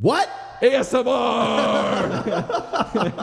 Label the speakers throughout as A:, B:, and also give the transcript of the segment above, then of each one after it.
A: What?
B: ASMR.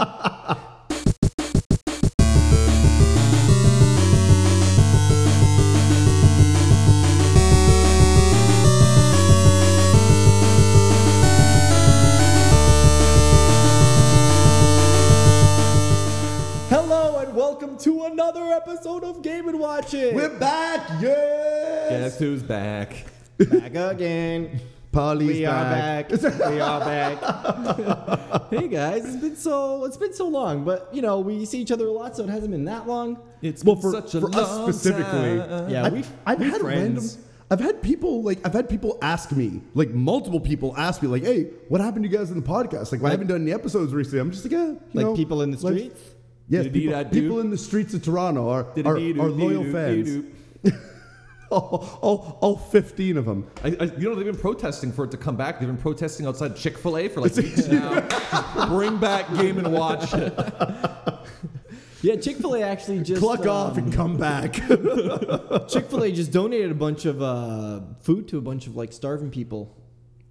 A: Hello and
B: Welcome to another episode of Game and Watching.
A: we're back. Yes.
B: Guess who's back?
C: Back again.
A: Polly's
C: We are back. we are back. hey guys, it's been so it's been so long, but you know we see each other a lot, so it hasn't been that long.
B: It's
A: Well,
B: been
A: for,
B: such a
A: for us
B: long
A: specifically,
B: time.
C: Yeah,
A: I've,
C: we've-
A: I've
C: we've
A: had
C: friends.
A: random. I've had people like I've had people ask me like multiple people ask me like, "Hey, what happened to you guys in the podcast? Like, why haven't done any episodes recently?" I'm just like, "Yeah, you
C: Like
A: know,
C: people in the
A: life-
C: streets.
A: Yes,
B: Did it be
A: people,
B: that dude?
A: people in the streets of Toronto are are, are loyal fans. All, all, all 15 of them.
B: I, I, you know they've been protesting for it to come back. They've been protesting outside Chick Fil A for like weeks now. Bring back Game and Watch.
C: Yeah, Chick Fil A actually just um,
A: Cluck off and come back.
C: Chick Fil A just donated a bunch of uh, food to a bunch of like starving people.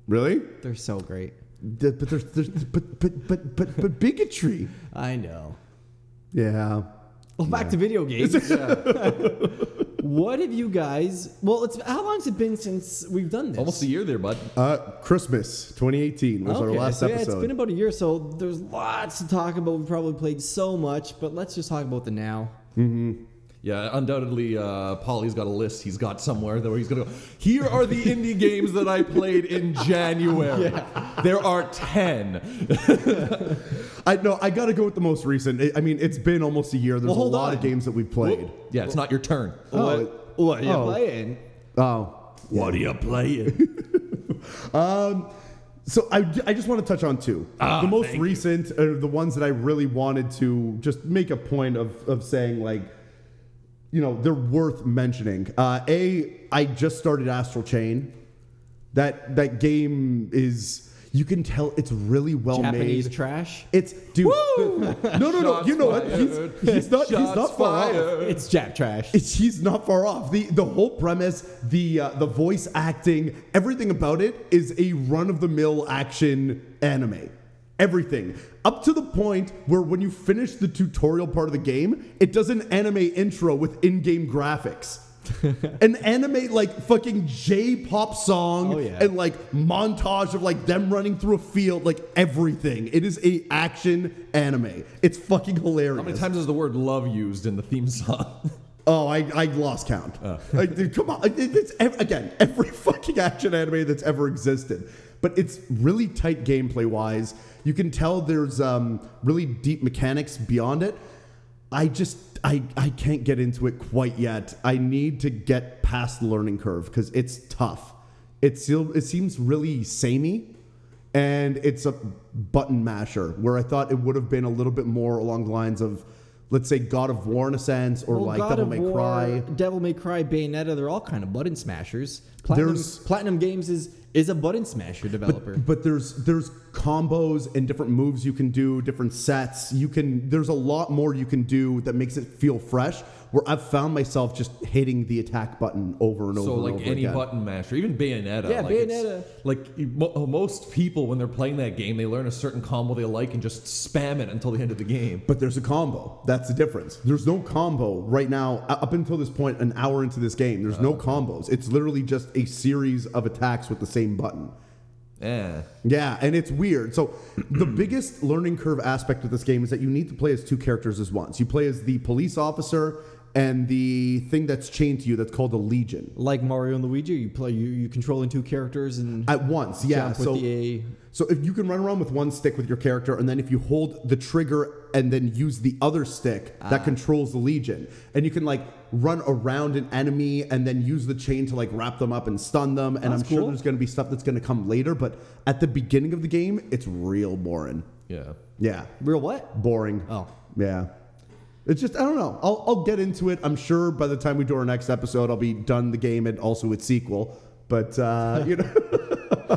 A: really?
C: They're so great.
A: D- But there's, there's but, but but but but bigotry.
C: I know.
A: Yeah.
C: Well, back to video games. what have you guys? Well, it's how long's it been since we've done this?
B: Almost a year there, bud.
A: Uh, Christmas 2018 was our last
C: so yeah,
A: episode.
C: it's been about a year, so there's lots to talk about. We probably played so much, but let's just talk about the now.
B: Yeah, undoubtedly, uh, Polly's got a list he's got somewhere that where he's gonna go. Here are the indie games that I played in January. There are ten.
A: I know I got to go with the most recent. I- I mean, it's been almost a year. There's
C: Well,
A: a
C: hold
A: lot of
C: on.
A: games that we've played.
B: Yeah, it's not your turn.
A: Oh.
C: what, what are you
A: Oh.
C: playing?
A: Oh,
B: What are you playing?
A: Um, so I, I just want to touch on two.
B: Ah,
A: the most recent are the ones that I really wanted to just make a point of, of saying, like, you know, they're worth mentioning. Uh, a, I just started Astral Chain. That that game is you can tell it's really well
C: Japanese
A: made.
C: trash.
A: it's dude. No, no, no.
B: Shots
A: You know what? He's,
B: fired.
A: he's not. he's
B: Shots
A: not far off.
B: fired.
C: It's Jap trash.
A: It's, he's not far off. The the whole premise, the uh, the voice acting, everything about it is a run of the mill action anime. Everything up to the point where when you finish the tutorial part of the game, it does an anime intro with in-game graphics. an anime like fucking J-pop song
C: Oh, yeah.
A: and like montage of like them running through a field, like everything. It is a action anime. It's fucking hilarious.
B: How many times is the word "love" used in the theme song?
A: Oh, I, I lost count. I- dude, come on. It- It's, ev- again, every fucking action anime that's ever existed. But it's really tight gameplay wise. You can tell there's um, really deep mechanics beyond it. I just, I, I can't get into it quite yet. I need to get past the learning curve because it's tough. It's, still- it seems really samey and it's a button masher where I thought it would have been a little bit more along the lines of, let's say, God of War in a sense, or
C: Well,
A: like
C: Oh, God
A: Devil
C: of
A: May
C: War,
A: Cry.
C: Devil May Cry, Bayonetta. They're all kind of button smashers. Platinum,
A: There's-
C: Platinum Games is is a button smasher developer.
A: But there's there's combos and different moves you can do, different sets. You can there's a lot more you can do that makes it feel fresh. Where I've found myself just hitting the attack button over and over.
B: so
A: and
B: like
A: over
B: any
A: again.
B: button masher, even Bayonetta.
C: Yeah,
B: like it's-
C: Bayonetta.
B: Like you- mo- uh, most people, when they're playing that game, they learn a certain combo they like and just spam it until the end of the game.
A: But there's a combo. That's the difference. There's no combo right now. u- Up until this point, an hour into this game, there's
B: Oh.
A: no combos. It's literally just a series of attacks with the same button.
B: Yeah.
A: Yeah, and it's weird. So the biggest learning curve aspect of this game is that you need to play as two characters as once. You play as the police officer and the thing that's chained to you that's called a legion
C: like Mario and Luigi, you play you you controlling two characters and
A: at once. Yeah,
C: jump
A: so
C: with the A.
A: so if you can run around with one stick with your character, and then if you hold the trigger and then use the other stick
C: Ah.
A: that controls the legion, and you can like run around an enemy and then use the chain to like wrap them up and stun them. And I'm sure
C: cool.
A: there's going to be stuff that's going to come later, but at the beginning of the game, it's real boring.
B: Yeah.
A: Yeah,
C: Real what?
A: boring.
C: Oh.
A: yeah. It's just I don't know. I'll I'll get into it. I'm sure by the time we do our next episode, I'll be done the game and also its sequel. But uh, you know.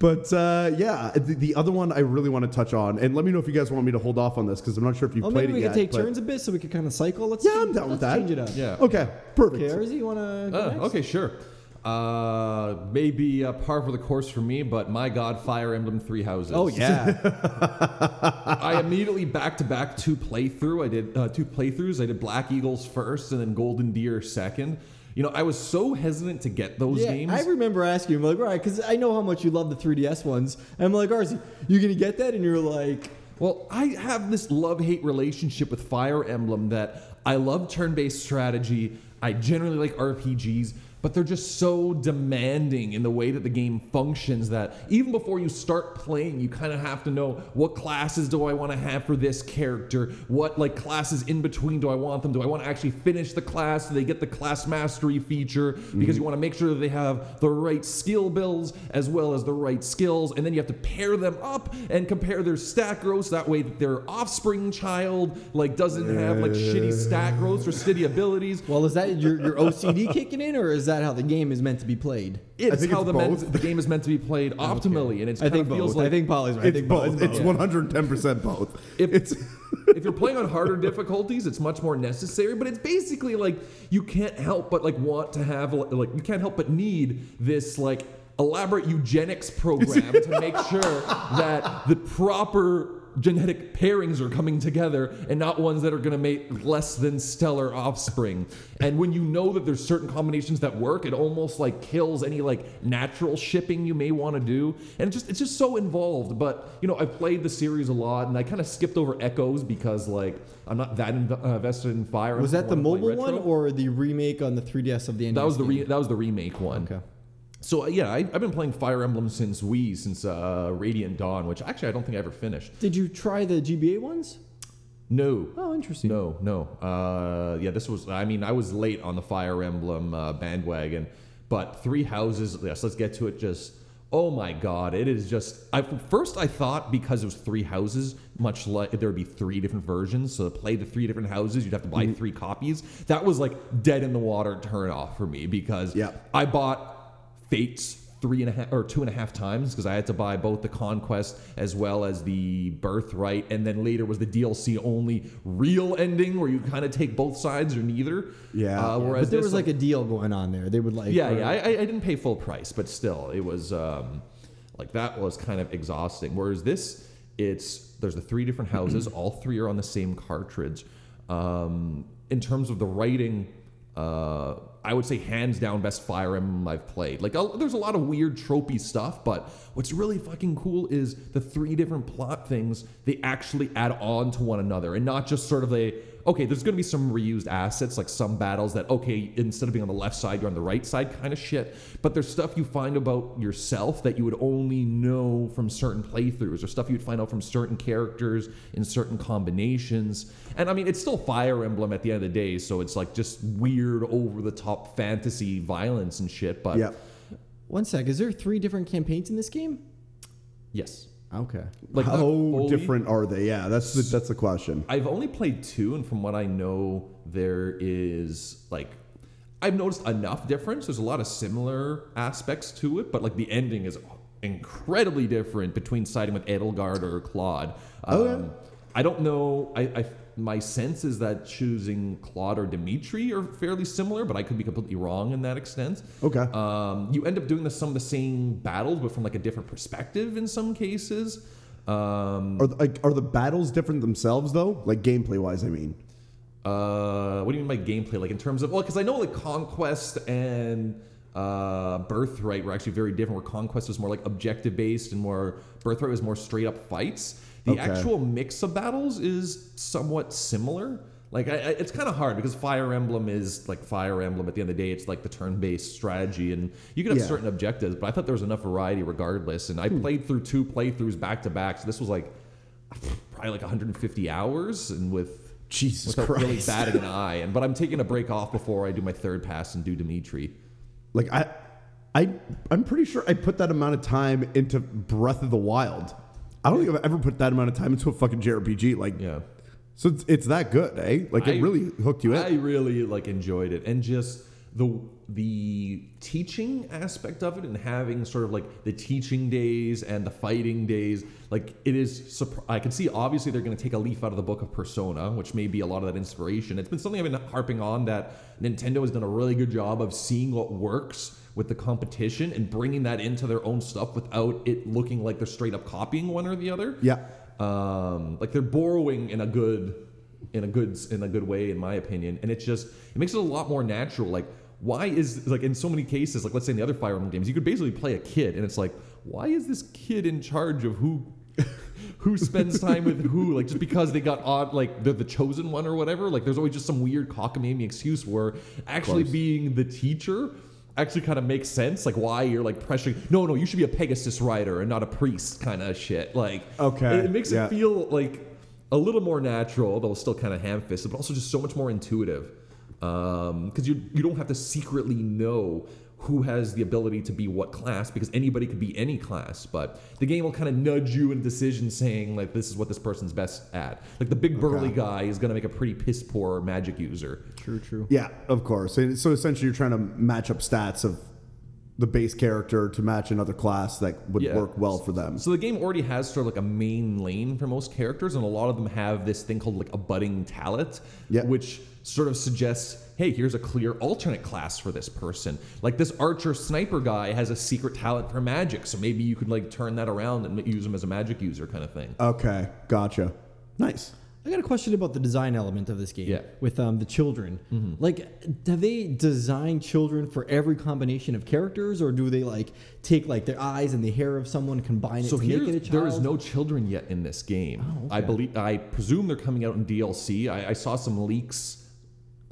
A: But uh, yeah, the, the other one I really want to touch on, and let me know if you guys want me to hold off on this because I'm not sure if you
C: Well,
A: played
C: Oh, maybe we
A: it
C: can
A: yet.
C: take
A: but-
C: turns a bit so we can kind of cycle. Let's
A: Yeah, I'm down
C: let's
A: with that.
C: Change it up.
B: Yeah.
A: Okay, perfect.
C: Okay, Arzy, you want to?
B: Uh, okay, sure. Uh, maybe uh, par for the course for me, but my God, Fire Emblem Three Houses.
C: Oh yeah.
B: I immediately back to back two playthrough. I did uh, two playthroughs. I did Black Eagles first, and then Golden Deer second. You know, I was so hesitant to get those
C: Yeah,
B: games.
C: I remember asking him, like, all right, because I know how much you love the 3DS ones. And I'm like, Arzi, you gonna get that? And you're like,
B: Well, I have this love hate relationship with Fire Emblem that I love turn based strategy. I generally like RPGs, but they're just so demanding in the way that the game functions that even before you start playing, you kind of have to know what classes do I want to have for this character? What like classes in between do I want them? Do I want to actually finish the class? Do they get the class mastery feature? Because
C: Mm-hmm.
B: you want to make sure that they have the right skill builds as well as the right skills, and then you have to pair them up and compare their stat growths. That way, that their offspring child like doesn't have like shitty stat growths or shitty abilities.
C: well, is that your, your OCD kicking in, or is that how the game is meant to be played?
A: I
B: It's
A: think
B: how
A: it's
B: the, men-
A: both.
B: the game is meant to be played optimally, and it's
C: I
B: kind
C: think
B: of feels
C: both.
B: like
C: I think Polly's right. I
A: It's
C: think
A: both. It's
C: yeah.
A: one hundred ten percent both.
B: If-
A: it's
B: if you're playing on harder difficulties, it's much more necessary. But it's basically like you can't help but like want to have like you can't help but need this like elaborate eugenics program to make sure that the proper genetic pairings are coming together and not ones that are going to make less than stellar offspring and when you know that there's certain combinations that work it almost like kills any like natural shipping you may want to do and it just it's just so involved but you know i played the series a lot and i kind of skipped over echoes because like i'm not that inv- uh, invested in fire
C: Was
B: I
C: that the
B: wanna play
C: mobile one
B: retro.
C: or the remake on the 3DS of the NES?
B: that was the
C: game?
B: re- that was the remake one
C: Okay.
B: so uh, yeah I, i've been playing fire emblem since wii since uh, radiant dawn which actually i don't think i ever finished
C: Did you try the GBA ones?
B: no
C: Oh, interesting.
B: No, no. Uh, yeah, this was. I mean, I was late on the Fire Emblem uh, bandwagon, but Three Houses. Yes, let's get to it. Just oh my god, it is just. I first I thought because it was Three Houses, much like there would be three different versions. So to play the three different houses, you'd have to buy three copies. That was like dead in the water turn off for me because
A: Yeah.
B: I bought Fates three and a half or two and a half times because I had to buy both the Conquest as well as the Birthright, and then later was the DLC only real ending where you kind of take both sides or neither.
A: Yeah.
B: Uh, whereas
C: But there
B: this,
C: was like a deal going on there. They would like
B: yeah, yeah. I, I I didn't pay full price, but still, it was um, like that was kind of exhausting. Whereas this, it's there's the three different houses, all three are on the same cartridge. Um, in terms of the writing, uh, I would say hands down best Fire Emblem I've played. Like, i there's a lot of weird tropey stuff, but what's really fucking cool is the three different plot things they actually add on to one another, and not just sort of a okay, there's going to be some reused assets, like some battles that, okay, instead of being on the left side, you're on the right side kind of shit. But there's stuff you find about yourself that you would only know from certain playthroughs, or stuff you'd find out from certain characters in certain combinations. And I mean, it's still Fire Emblem at the end of the day, so it's like just weird, over the top fantasy violence and shit. But
A: yeah.
C: One sec. Is there three different campaigns in this game?
B: yes.
C: Okay.
B: Like uh,
A: How
B: not fully-
A: different are they? Yeah, that's the, that's the question.
B: I've only played two, and from what I know, there is like I've noticed enough difference. There's a lot of similar aspects to it, but like the ending is incredibly different between siding with Edelgard or Claude. Um, I don't know. I, I my sense is that choosing Claude or Dimitri are fairly similar, but I could be completely wrong in that extent.
A: Okay.
B: Um, you end up doing the, some of the same battles, but from like a different perspective in some cases. Um,
A: Are the, like are the battles different themselves though? Like gameplay wise, I mean.
B: Uh, what do you mean by gameplay? Like in terms of well, because I know like Conquest and uh, Birthright were actually very different. Where Conquest was more like objective based, and more Birthright was more straight up fights. The
A: Okay.
B: actual mix of battles is somewhat similar. Like I, I, it's kind of hard because Fire Emblem is like Fire Emblem. At the end of the day, it's like the turn-based strategy, and you can have
A: Yeah. Hmm.
B: certain objectives. But I thought there was enough variety regardless, and I played through two playthroughs back to back. So this was like probably like 150 hours, and with
A: Jesus
B: without
A: Christ.
B: really batting an eye. And but I'm taking a break off before I do my third pass and do Dimitri.
A: Like I, I, I'm pretty sure I put that amount of time into Breath of the Wild. I don't think I've ever put that amount of time into a fucking JRPG. Like,
B: Yeah,
A: so it's, it's that good, eh? Like,
B: I-
A: it really hooked you in.
B: I really like enjoyed it, and just the the teaching aspect of it and having sort of like the teaching days and the fighting days like it is surpr- i can see obviously they're going to take a leaf out of the book of persona which may be a lot of that inspiration it's been something i've been harping on that nintendo has done a really good job of seeing what works with the competition and bringing that into their own stuff without it looking like they're straight up copying one or the other
A: Yeah.
B: um, like they're borrowing in a good in a good in a good way in my opinion and it's just it makes it a lot more natural like why is like in so many cases like let's say in the other fire emblem games you could basically play a kid and it's like why is this kid in charge of who who spends time with who like just because they got odd like they're the chosen one or whatever like there's always just some weird cockamamie excuse where actually being the teacher actually kind of makes sense like why you're like pressuring no no you should be a pegasus rider and not a priest kind of shit like
A: Okay,
B: it, it makes
A: yeah.
B: it feel like a little more natural, although still kind of ham-fisted, but also just so much more intuitive. Because you you don't have to secretly know who has the ability to be what class, because anybody could be any class. But the game will kind of nudge you in a decision, saying like this is what this person's best at. Like the big burly guy is gonna make a pretty piss poor magic user.
C: True, true.
A: Yeah, of course. And so essentially, you're trying to match up stats of the base character to match another class that would
B: Yeah.
A: work well for them.
B: So the game already has sort of like a main lane for most characters, and a lot of them have this thing called like a budding talent,
A: Yeah.
B: which sort of suggests, hey, here's a clear alternate class for this person. Like this archer sniper guy has a secret talent for magic, so maybe you could like turn that around and use him as a magic user kind of thing.
A: Okay, gotcha. Nice.
C: I got a question about the design element of this game.
B: Yeah. Mm-hmm.
C: With um, the children. Like, do they design children for every combination of characters, or do they, like, take, like, their eyes and the hair of someone, combine it
B: So
C: to
B: here,
C: make it a child? Oh,
B: there is no children yet in this game. I believe, I presume they're coming out in DLC. I, I saw some leaks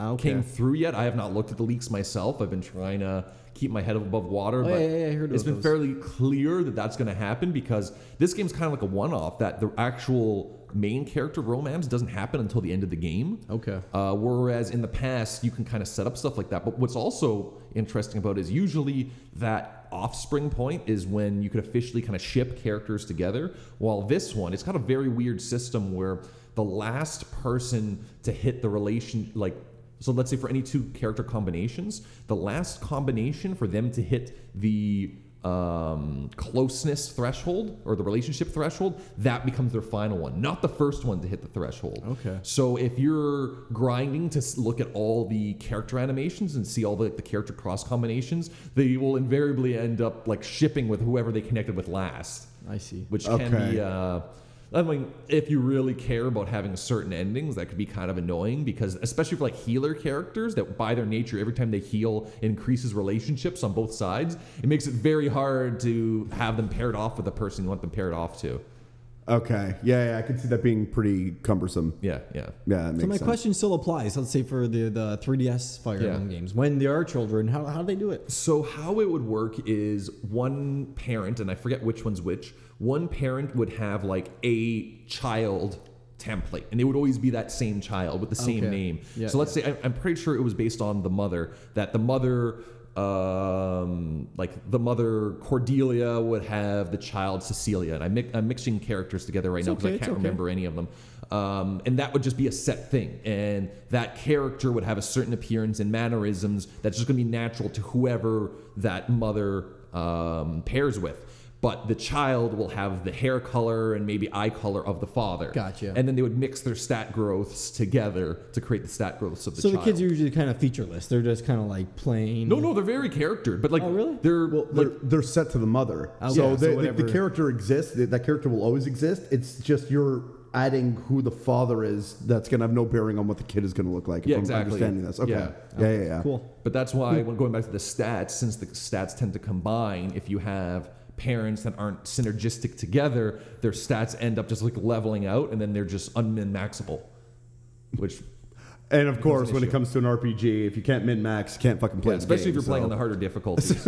C: Okay.
B: came through yet. I have not looked at the leaks myself. I've been trying to keep my head above water, but
C: Oh, yeah, yeah, yeah, I heard
B: it's
C: about those.
B: been fairly clear that that's going to happen because this game's kind of like a one-off. That the actual main character romance doesn't happen until the end of the game.
C: Okay.
B: Uh, whereas in the past, you can kind of set up stuff like that. But what's also interesting about it is usually that offspring point is when you could officially kind of ship characters together. While this one, it's got a very weird system where the last person to hit the relation, like, so let's say for any two character combinations, the last combination for them to hit the um, closeness threshold or the relationship threshold, that becomes their final one, not the first one to hit the threshold.
C: Okay.
B: So if you're grinding to s- look at all the character animations and see all the, the character cross combinations, they will invariably end up like shipping with whoever they connected with last,
C: I see.
B: which can
A: Okay.
B: be. Uh, I mean, if you really care about having certain endings, that could be kind of annoying because, especially for like healer characters, that by their nature, every time they heal, increases relationships on both sides. It makes it very hard to have them paired off with the person you want them paired off to.
A: Okay. Yeah, yeah, I could see that being pretty cumbersome.
B: Yeah, yeah.
A: Yeah, that makes
C: So my
A: sense.
C: question still applies. Let's say for the, the 3DS Fire
B: Yeah.
C: Emblem games, when there are children, how, how do they do it?
B: So how it would work is one parent, and I forget which one's which. One parent would have like a child template, and it would always be that same child with the same
C: Okay.
B: name.
C: Yeah,
B: so let's say I, I'm pretty sure it was based on the mother that the mother. Um, like the mother Cordelia would have the child Cecilia, and I mi- I'm mixing characters together right now because
C: okay,
B: I
C: it's
B: can't
C: okay.
B: remember remember any of them. Um, and that would just be a set thing. And that character would have a certain appearance and mannerisms that's just going to be natural to whoever that mother um, pairs with. But the child will have the hair color and maybe eye color of the father.
C: Gotcha.
B: And then they would mix their stat growths together to create the stat growths of the
C: So
B: child.
C: the kids are usually kind of featureless. They're just kind of like playing.
B: no, no, they're very charactered, but like
C: Oh, really?
B: they're
A: They're, they're set to the mother. So,
C: so
A: they, the-
C: whatever-
A: the character exists. th- That character will always exist. It's just you're adding who the father is that's going to have no bearing on what the kid is going to look like.
B: Yeah,
A: if I'm
B: exactly.
A: understanding this. Okay.
B: Yeah.
A: Yeah, yeah, yeah.
C: Cool.
B: But that's why, when going back to the stats, since the stats tend to combine, if you have parents that aren't synergistic together, their stats end up just like leveling out, and then they're just unmin-maxable. Which,
A: And of course, when it
B: issue.
A: comes to an RPG, if you can't min max, you can't fucking play. the
B: especially if
A: game,
B: you're playing
A: so-
B: on the harder difficulties.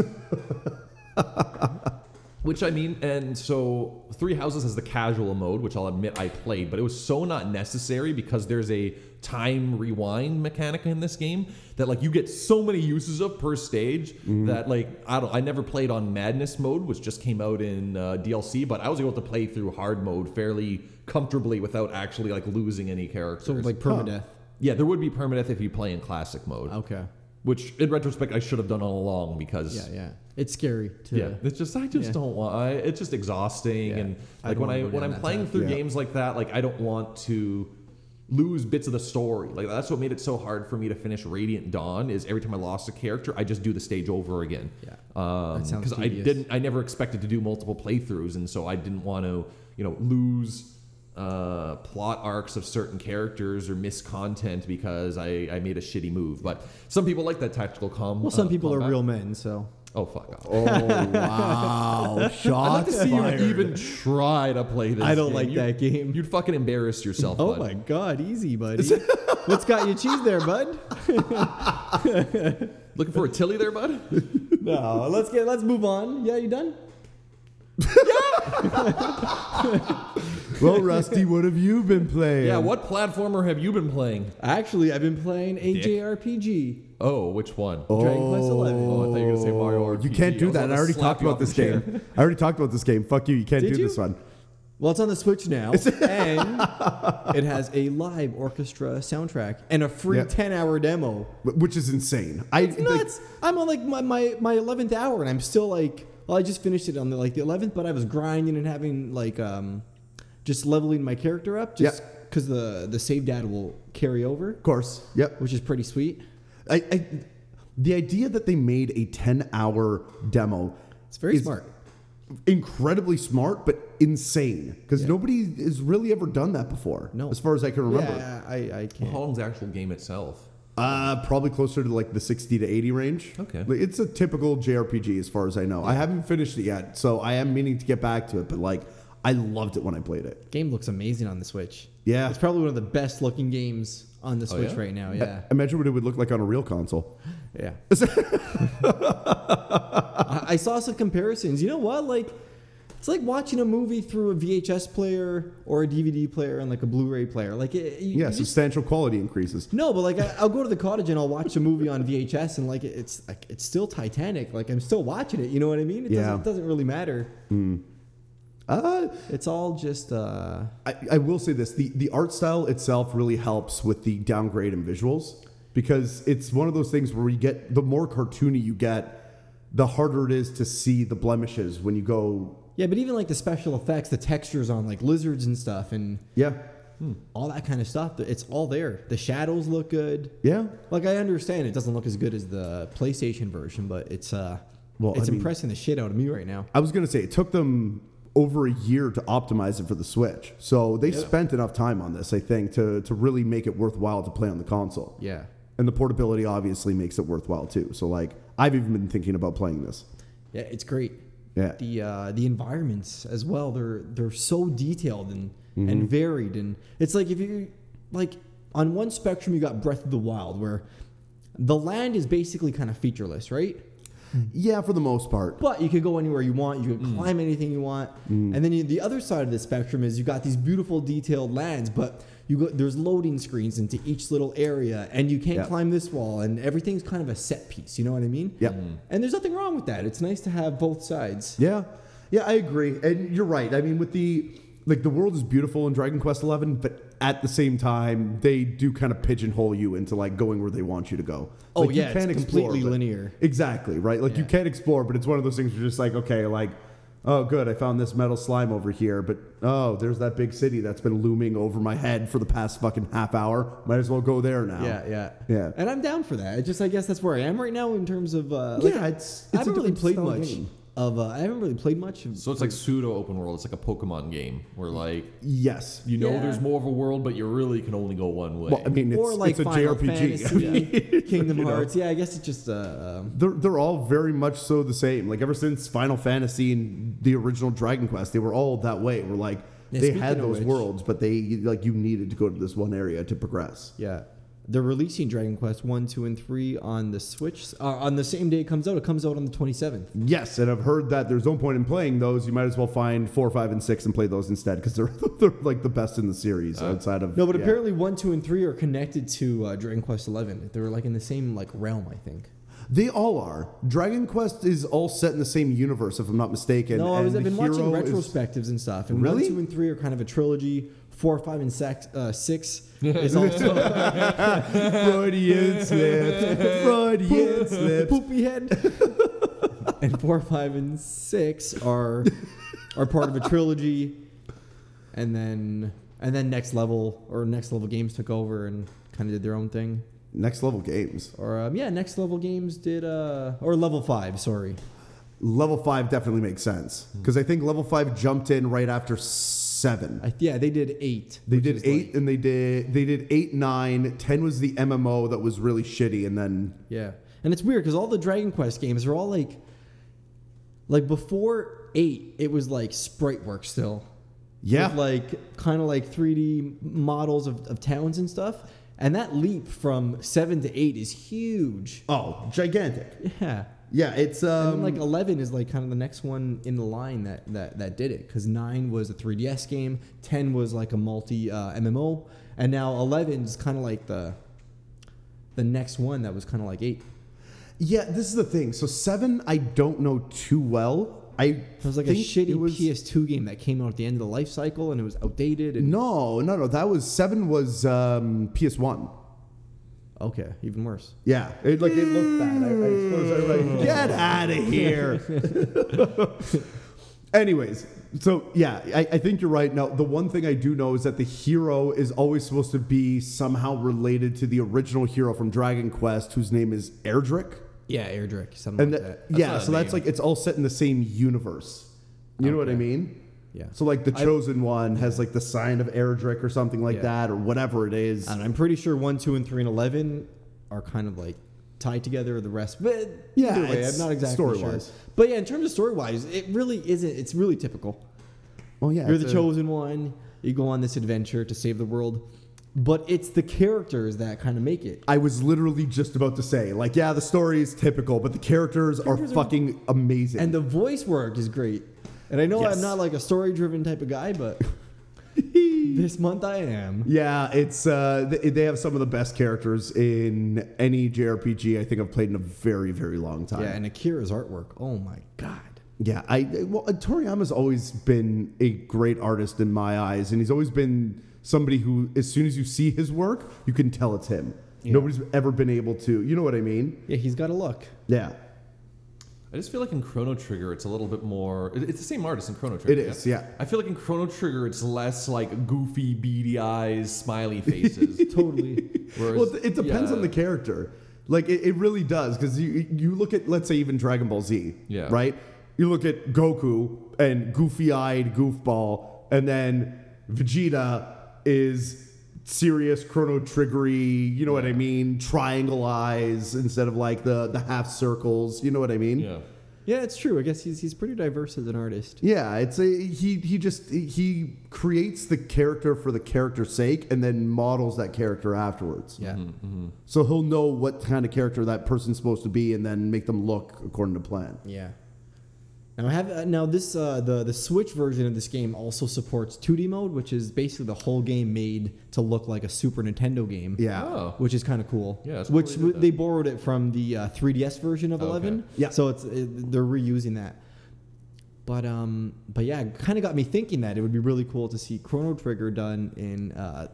B: Which I mean, and so Three Houses has the casual mode, which I'll admit I played, but it was so not necessary because there's a time rewind mechanic in this game that like you get so many uses of per stage that like I don't I never played on Madness mode, which just came out in uh, DLC, but I was able to play through hard mode fairly comfortably without actually like losing any characters.
C: So like permadeath.
B: yeah, there would be permadeath if you play in classic mode.
C: Okay.
B: which in retrospect I should have done all along because
C: Yeah, yeah. It's scary to
B: yeah, it's just I just
C: Yeah.
B: don't want. I, it's just exhausting,
C: Yeah.
B: and
C: I
B: like
C: don't
B: when
C: wanna
B: I
C: go
B: when
C: down
B: I'm
C: that
B: playing
C: path.
B: through
A: Yeah.
B: games like that, like I don't want to lose bits of the story. Like that's what made it so hard for me to finish Radiant Dawn. Is every time I lost a character, I just do the stage over again.
C: Yeah. That sounds
B: because Um, I
C: tedious.
B: didn't. I never expected to do multiple playthroughs, and so I didn't want to you know lose. Uh, plot arcs of certain characters or miss content because I, I made a shitty move. But some people like that tactical com.
C: Well, some
B: uh,
C: people are
B: combat.
C: real men, so
B: Oh fuck off!
A: Oh wow! Shots
B: I'd like to see you even try to play this.
C: I don't
B: game.
C: like
B: You-
C: that game.
B: You'd fucking embarrass yourself.
C: Oh
B: bud.
C: my god, easy, buddy. What's got you cheese there, bud?
B: Looking for a Tilly there, bud?
C: No, let's get let's move on. Yeah, you done?
A: well, Rusty, what have you been playing?
B: yeah. What platformer have you been playing?
C: Actually, I've been playing a
B: Dick.
C: JRPG.
B: Oh, which one?
C: Dragon Quest XI.
B: Oh, I thought you were gonna say Mario
A: You
B: RPG.
A: can't
B: I
A: do
B: was
A: that.
B: about
A: I
B: to
A: already
B: slap
A: talked
B: you
A: about
B: off
A: this
B: the chair.
A: game. I already talked about this game. Fuck you. You can't
C: Did
A: do
C: you?
A: this one.
C: Well, it's on the Switch now, and it has a live orchestra soundtrack and a free
A: Yeah.
C: 10 hour demo.
A: Wh- Which is insane. I
C: It's nuts. I'm on like my, my, my 11th hour, and I'm still like, well, I just finished it on the, like the 11th, but I was grinding and having like, um, just leveling my character up just
A: Yeah.
C: because the, the save data will carry over,
A: Of course. Yep.
C: which is pretty sweet.
A: I, I the idea that they made a 10 hour demo
C: It's very
A: is
C: smart.
A: incredibly smart but insane because
C: Yeah.
A: nobody has really ever done that before
C: No.
A: as far as i can remember
C: Yeah, I, I
B: How
C: can't.
B: long's the actual game itself?
A: uh, probably closer to like the 60 to 80 range
B: Okay.
A: Like, it's a typical jrpg as far as i know i haven't finished it yet so i am meaning to get back to it but like i loved it when i played it
C: Game looks amazing on the Switch.
A: Yeah.
C: It's probably one of the best looking games on the Switch
B: Oh, yeah?
C: right now. Yeah.
A: imagine what it would look like on a real console
C: Yeah. I, I saw some comparisons. You know what? Like, it's like watching a movie through a VHS player or a DVD player and like a Blu-ray player. Like, it, you,
A: yeah
C: you just-
A: substantial quality increases
C: no, but like I, I'll go to the cottage and I'll watch a movie on VHS and like it- it's like it's still Titanic. Like I'm still watching it. You know what I mean? It
A: Yeah.
C: doesn't, it doesn't really matter.
A: uh,
C: It's all just uh,
A: I, I will say this: the the art style itself really helps with the downgrade in visuals because it's one of those things where you get the more cartoony you get, the harder it is to see the blemishes when you go.
C: yeah. But even like the special effects, the textures on like lizards and stuff and
A: Yeah,
C: all that kind of stuff. It's all there. The shadows look good.
A: yeah.
C: Like I understand it doesn't look as good as the PlayStation version, but it's uh
A: Well,
C: it's
A: I mean-
C: impressing the shit out of me right now.
A: I was gonna say it took them over a year to optimize it for the Switch, so they spent enough time on this, I think, to to really make it worthwhile to play on the console.
C: Yeah.
A: And the portability obviously makes it worthwhile too. So like, I've even been thinking about playing this.
C: Yeah, it's great.
A: Yeah.
C: The uh the environments as well, they're they're so detailed and
A: Mm-hmm.
C: and varied and it's like if you like on one spectrum you got Breath of the Wild where the land is basically kind of featureless, right?
A: Yeah, for the most part.
C: But you could go anywhere you want. You
A: Mm.
C: could climb anything you want. And then you, the other side of the spectrum is you got these beautiful detailed lands, but you go there's loading screens into each little area, and you can't
A: Yeah.
C: climb this wall, and everything's kind of a set piece. You know what I mean?
A: Yeah. Mm.
C: And there's nothing wrong with that. It's nice to have both sides.
A: Yeah, yeah, I agree, and you're right. I mean, with the like, the world is beautiful in Dragon Quest XI, but at the same time, they do kind of pigeonhole you into like going where they want you to go.
C: Oh,
A: Like, you
C: yeah, it's completely
A: but-
C: linear.
A: Exactly right. Like you
C: Yeah.
A: can't explore, but it's one of those things. You're just like, okay, like. Oh, good. I found this metal slime over here, but oh, there's that big city that's been looming over my head for the past fucking half hour. Might as well go there now.
C: Yeah, yeah,
A: Yeah.
C: And I'm down for that. It's just I guess that's where I am right now in terms of uh, like,
A: Yeah, it's- it's
C: I
A: a
C: haven't really
A: different
C: played
A: style
C: much
A: game.
C: of uh, I haven't really played much. Of,
B: So it's like pseudo open world. It's like a Pokemon game where like
A: Yes.
B: you know
C: Yeah.
B: there's more of a world, but you really can only go one way.
A: Well, I mean, it's,
C: or like
A: it's a
C: Final
A: JRPG.
C: Fantasy, Kingdom
A: know.
C: Hearts. Yeah, I guess it's just uh, um,
A: They're, they're all very much so the same. Like ever since Final Fantasy and the original Dragon Quest, they were all that way. We're like
C: Yeah,
A: they
C: speaking
A: had
C: of
A: those
C: which-
A: worlds, but they like you needed to go to this one area to progress.
C: Yeah. They're releasing Dragon Quest 1, 2, and 3 on the Switch. Uh, on the same day it comes out. It comes out on the 27th.
A: Yes, and I've heard that there's no point in playing those. You might as well find four, five, and six and play those instead because they're they're like the best in the series outside of
C: No, but
A: yeah.
C: apparently 1, 2, and 3 are connected to uh, Dragon Quest 11. They were like in the same like realm, I think.
A: They all are. Dragon Quest is all set in the same universe, if I'm not mistaken.
C: No, I
A: and
C: was, I've
A: the
C: been watching
A: hero is-
C: retrospectives and stuff. And
A: Really?
C: one, two, and three are kind of a trilogy. Four, five, and six, uh, six is also
A: Freudian slip. Freudian slip.
C: poopy head. and four, five, and six are are part of a trilogy. And then and then next level or next level games took over and kind of did their own thing.
A: Next level games.
C: Or um, yeah, next level games did uh or level five. Sorry.
A: Level five definitely makes sense
C: Mm-hmm.
A: because I think level five jumped in right after seven.
C: I, yeah, they did eight.
A: They
C: which
A: did
C: is
A: eight,
C: like-
A: and they did they did eight, nine, ten was the MMO that was really shitty, and then
C: yeah, and it's weird because all the Dragon Quest games are all like, like before eight, it was like sprite work still.
A: yeah,
C: With, like kind of like 3D models of, of towns and stuff. And that leap from seven to eight is huge.
A: oh, gigantic.
C: Yeah.
A: Yeah, it's um,
C: And like 11 is like kind of the next one in the line that that, that did it because 9 was a 3ds game 10 was like a multi uh, mmo and now 11 is kind of like the the next one that was kind of like 8
A: yeah. This is the thing. So seven, I don't know too well. I
C: it was like a
A: think
C: shitty
A: it was-
C: ps2 game that came out at the end of the life cycle and it was outdated and
A: No, no, no. That was seven was um, PS one.
C: okay even worse
A: Yeah, it, like it looked bad. I, I suppose I was
C: Mm.
A: like, get out of here. Anyways, so yeah, I, I think you're right. Now, the one thing I do know is that the hero is always supposed to be somehow related to the original hero from Dragon Quest, whose name is Erdrick.
C: yeah airdrick something
A: And
C: like
A: that,
C: that
A: yeah,
B: not a
A: so that's
B: name.
A: like it's all set in the same universe. You know what I
C: Okay.
A: mean?
C: yeah
A: So like the
C: I-
A: chosen one has like the sign of Erdrick or something like
C: Yeah.
A: that, or whatever it is.
C: And I'm pretty sure one, two, and three, and eleven are kind of like tied together. The rest, but
A: Yeah,
C: either way,
A: it's
C: I'm not exactly
A: story-wise.
C: sure. But yeah, in terms of story wise, it really isn't. It's really typical.
A: Well, yeah,
C: You're
A: it's
C: the
A: a-
C: chosen one. You go on this adventure to save the world, but it's the characters that kind of make it.
A: I was literally just about to say, like, yeah, the story is typical, but the characters are fucking amazing.
C: And the voice work is great. And I know
A: Yes.
C: I'm not like a story driven type of guy, but this month I am.
A: yeah, it's uh, th- they have some of the best characters in any JRPG I think I've played in a very, very long time.
C: Yeah, and Akira's artwork. Oh my god.
A: Yeah, I well, uh, Toriyama's always been a great artist in my eyes, and he's always been somebody who, as soon as you see his work, you can tell it's him. Nobody's ever been able to, you know what I mean?
C: Yeah, he's got a look.
A: Yeah,
B: I just feel like in Chrono Trigger, it's a little bit more. it- It's the same artist in Chrono Trigger.
A: is, yeah.
B: I feel like in Chrono Trigger, it's less like goofy, beady eyes, smiley faces.
C: Totally.
B: Whereas,
A: well, it depends
B: yeah,
A: on the character. Like it, it really does because you you look at let's say even Dragon Ball Z,
B: Yeah.
A: right? You look at Goku and goofy-eyed goofball, and then Vegeta is serious chrono triggery. You know what I mean? Triangle eyes instead of like the the half circles. You know what I mean?
B: Yeah.
C: yeah, it's true. I guess he's he's pretty diverse as an artist.
A: Yeah, it's a he. He just he creates the character for the character's sake, and then models that character afterwards.
C: Yeah.
A: So he'll know what kind of character that person's supposed to be, and then make them look according to plan.
C: Yeah. Now I have uh, now this uh, the the Switch version of this game also supports 2D mode, which is basically the whole game made to look like a Super Nintendo game.
A: Yeah,
B: Oh.
C: Which is kind of cool.
B: Yeah, that's cool
C: Which
B: they did
C: w-
B: that. Oh,
C: they borrowed it from the uh, 3DS version of
B: Okay.
C: 11.
A: Yeah.
C: So it's it, they're reusing that. But um, but yeah, kind of got me thinking that it would be really cool to see Chrono Trigger done in uh,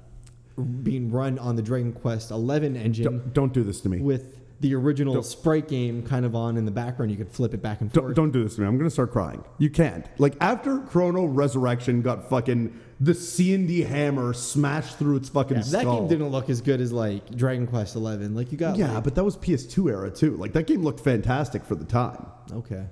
C: being run on the Dragon Quest 11 engine
A: don't, don't do this to me.
C: with the original
A: Don't-
C: sprite game kind of on in the background. You could flip it back and
A: Don't,
C: forth.
A: don't do this to me. I'm gonna start crying. You can't. Like after Chrono Resurrection got fucking the C and D hammer smashed through its fucking
C: Yeah, that
A: skull.
C: game didn't look as good as like Dragon Quest Eleven. Like you got
A: yeah,
C: like-
A: but that was PS2 era too. Like that game looked fantastic for the time.
C: okay.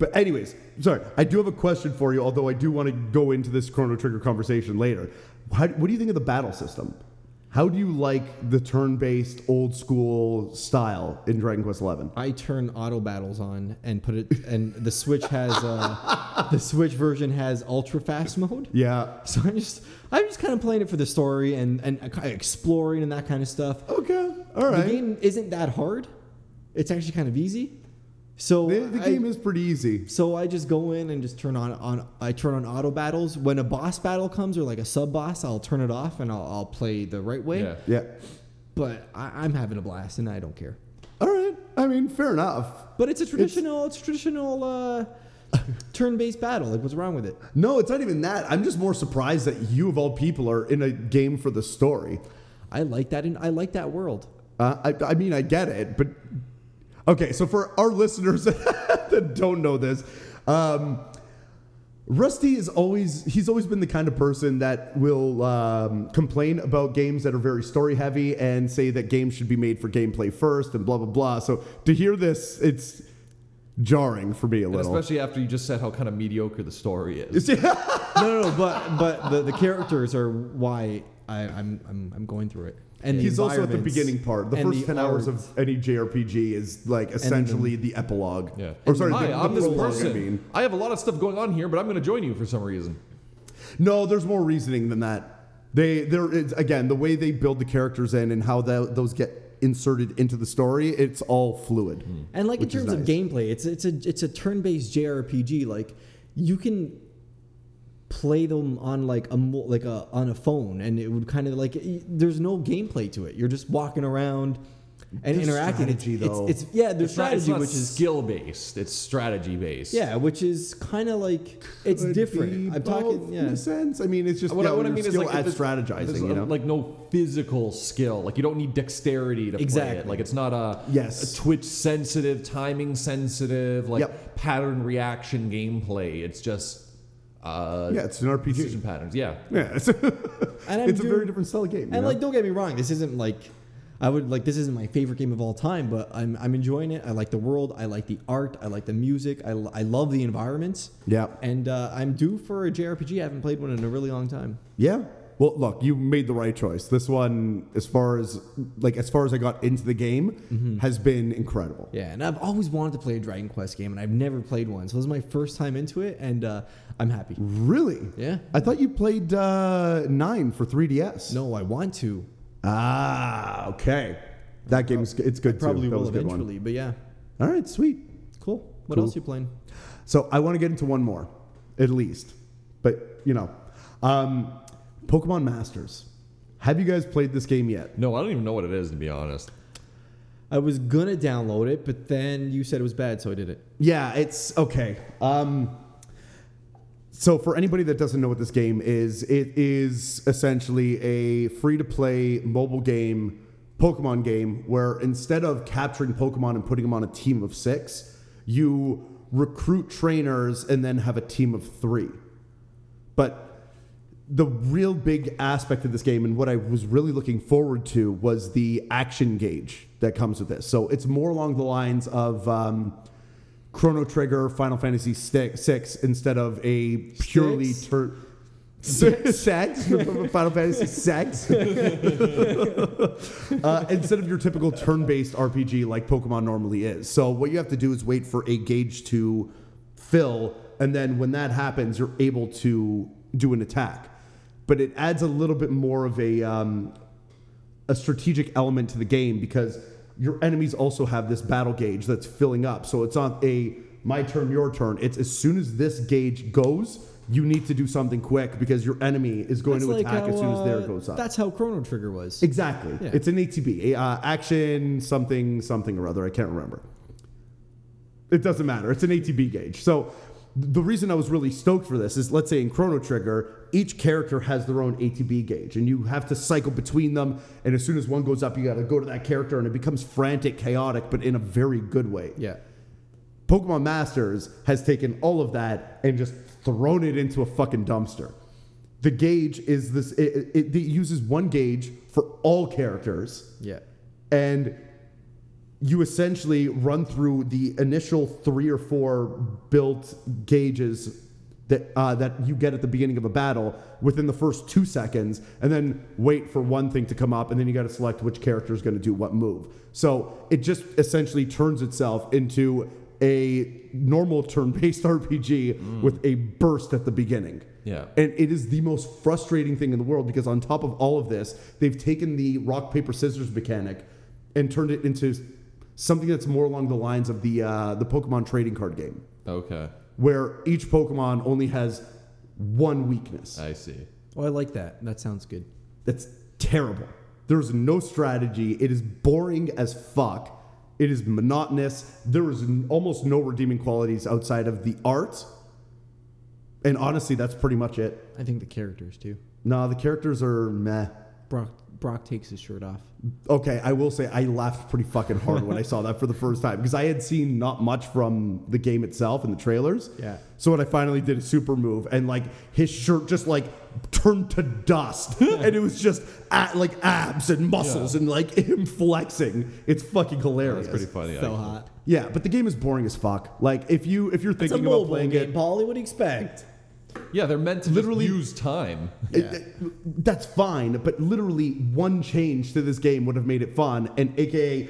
A: But anyways, sorry, I do have a question for you. Although I do want to go into this Chrono Trigger conversation later. How, what do you think of the battle system? How do you like the turn-based, old school style in Dragon Quest Eleven?
C: I turn auto battles on and put it, and the Switch has uh, the Switch version has ultra fast mode.
A: Yeah.
C: So I'm just I'm just kind of playing it for the story and and kind of exploring and that kind of stuff.
A: Okay. All
C: The
A: right.
C: game isn't that hard. It's actually kind of easy. So
A: The, the
C: I-
A: game is pretty easy.
C: So I just go in and just turn on on I turn on auto battles. When a boss battle comes or like a sub boss, I'll turn it off and I'll, I'll play the right way.
B: Yeah.
A: Yeah.
C: But I, I'm having a blast and I don't care.
A: All right. I mean, fair enough.
C: But it's a traditional, it's, traditional uh, turn-based battle. Like, what's wrong with it?
A: No, it's not even that. I'm just more surprised that you of all people are in a game for the story.
C: I like that, and I like that world.
A: Uh, I, I mean, I get it, but okay. So for our listeners that don't know this, um, Rusty is always he's always been the kind of person that will um, complain about games that are very story heavy and say that games should be made for gameplay first and blah blah blah. So to hear this, it's jarring for me a
B: And
A: little.
B: especially after you just said how kind of mediocre the story is.
C: No, no, no but but the, the characters are why I, I'm, I'm I'm going through it. And the
A: He's also at the
C: environments
A: beginning part. The
C: and
A: first
C: the
A: ten hours
C: art.
A: of any JRPG is like essentially the epilogue.
B: Yeah.
A: Or sorry,
B: Hi,
A: the,
B: I'm
A: the
B: this
A: prologue,
B: person.
A: I mean.
B: I have a lot of stuff going on here, but I'm going to join you for some reason.
A: No, there's more reasoning than that. They there is again the way they build the characters in and how tho- those get inserted into the story. It's all fluid.
C: And like in
A: which is
C: terms of
A: nice.
C: gameplay, it's it's a it's a turn-based JRPG. Like you can play them on like a mo- like a on a phone, and it would kind of like y- there's no gameplay to it. You're just walking around and
A: There's
C: interacting. It's-
A: strategy,
C: it's,
A: though.
C: It's, yeah, there's
B: It's not,
C: strategy,
B: it's not
C: which is
B: skill based. It's strategy based.
C: yeah, which is kind of like it's
A: Could be
C: different. I'm
A: both
C: talking
A: in
C: yeah.
A: a sense. I mean, it's just
B: What,
A: yeah,
B: I, what I
A: you're
B: mean is
A: still
B: like
A: at
B: there's- there's,
A: strategizing. You
B: uh,
A: know,
B: like no physical skill. Like you don't need dexterity to play it.
C: Exactly.
B: Like it's not a
A: Yes.
B: a twitch sensitive, timing sensitive, like
A: Yep.
B: pattern reaction gameplay. It's just uh,
A: yeah, it's an
B: decision
A: RPG.
B: patterns. Yeah,
A: Yeah, it's,
C: And I'm
A: it's a
C: doing-
A: very different style of game. you
C: And
A: know?
C: like, don't get me wrong, this isn't like I would like this isn't my favorite game of all time, but I'm I'm enjoying it. I like the world, I like the art, I like the music, I, l- I love the environments.
A: Yeah.
C: And uh, I'm due for a JRPG. I haven't played one in a really long time.
A: Yeah. Well, look, you made the right choice. This one, as far as like as far as I got into the game, has been incredible.
C: Mm-hmm. Yeah, and I've always wanted to play a Dragon Quest game, and I've never played one, so this is my first time into it, and uh, I'm happy.
A: Really?
C: Yeah.
A: I thought you played uh, nine for 3DS.
C: No, I want to.
A: Ah, okay. That game's it's good
C: Probably
A: too. That
C: will
A: was a good one.
C: eventually, but yeah,
A: All right, sweet.
C: cool. What
A: Cool.
C: else you playing?
A: So I want to get into one more, at least. But you know, um, Pokemon Masters. Have you guys played this game yet?
B: no, I don't even know what it is to be honest.
C: I was gonna download it, but then you said it was bad, so I did it.
A: Yeah, it's okay. Um, so, for anybody that doesn't know what this game is, it is essentially a free to play mobile game, Pokemon game, where instead of capturing Pokemon and putting them on a team of six, you recruit trainers and then have a team of three. But the real big aspect of this game and what I was really looking forward to was the action gauge that comes with this. So it's more along the lines of um, Chrono Trigger, Final Fantasy sti- six instead of a purely
C: Sticks?
A: tur- sex, Final Fantasy sex, uh, instead of your typical turn-based RPG like Pokemon normally is. So what you have to do is wait for a gauge to fill, and then when that happens, you're able to do an attack. But it adds a little bit more of a um, a strategic element to the game because your enemies also have this battle gauge that's filling up. So it's not a my turn, your turn. It's as soon as this gauge goes, you need to do something quick because your enemy is going to
C: That's like
A: attack as
C: how,
A: soon as
C: uh,
A: there goes up.
C: That's how Chrono Trigger was.
A: Exactly.
C: Yeah.
A: It's an ATB, uh, action something something or other. I can't remember. It doesn't matter. It's an ATB gauge. So th- the reason I was really stoked for this is, let's say in Chrono Trigger, each character has their own ATB gauge, and you have to cycle between them. And as soon as one goes up, you got to go to that character, and it becomes frantic, chaotic, but in a very good way.
C: yeah.
A: Pokemon Masters has taken all of that and just thrown it into a fucking dumpster. The gauge is this, it, it, it uses one gauge for all characters,
C: Yeah.
A: and you essentially run through the initial three or four built gauges that uh, that you get at the beginning of a battle within the first two seconds, and then wait for one thing to come up, and then you got to select which character is going to do what move. So it just essentially turns itself into a normal turn-based RPG with a burst at the beginning.
B: Yeah.
A: And it is the most frustrating thing in the world because on top of all of this, they've taken the rock paper scissors mechanic and turned it into something that's more along the lines of the uh, the Pokemon trading card game,
B: Okay,
A: where each Pokemon only has one weakness.
B: I see.
C: Oh, I like that. That sounds good.
A: That's terrible. There's no strategy. It is boring as fuck. It is monotonous. There is n- almost no redeeming qualities outside of the art. And honestly, that's pretty much it.
C: I think the characters too.
A: Nah, the characters are meh.
C: Brock Brock takes his shirt off.
A: Okay, I will say I laughed pretty fucking hard when I saw that for the first time because I had seen not much from the game itself and the trailers.
C: Yeah.
A: So when I finally did a super move and like his shirt just like turned to dust and it was just at, like abs and muscles and like him flexing, it's fucking hilarious.
B: That's pretty funny.
C: so
B: actually.
C: hot.
A: Yeah, but the game is boring as fuck. Like if you if you're thinking about playing it,
C: Paulie. What do you expect?
B: Yeah, they're meant to literally
A: Literally-
B: use time.
A: It- it- that's fine, but literally one change to this game would have made it fun, and aka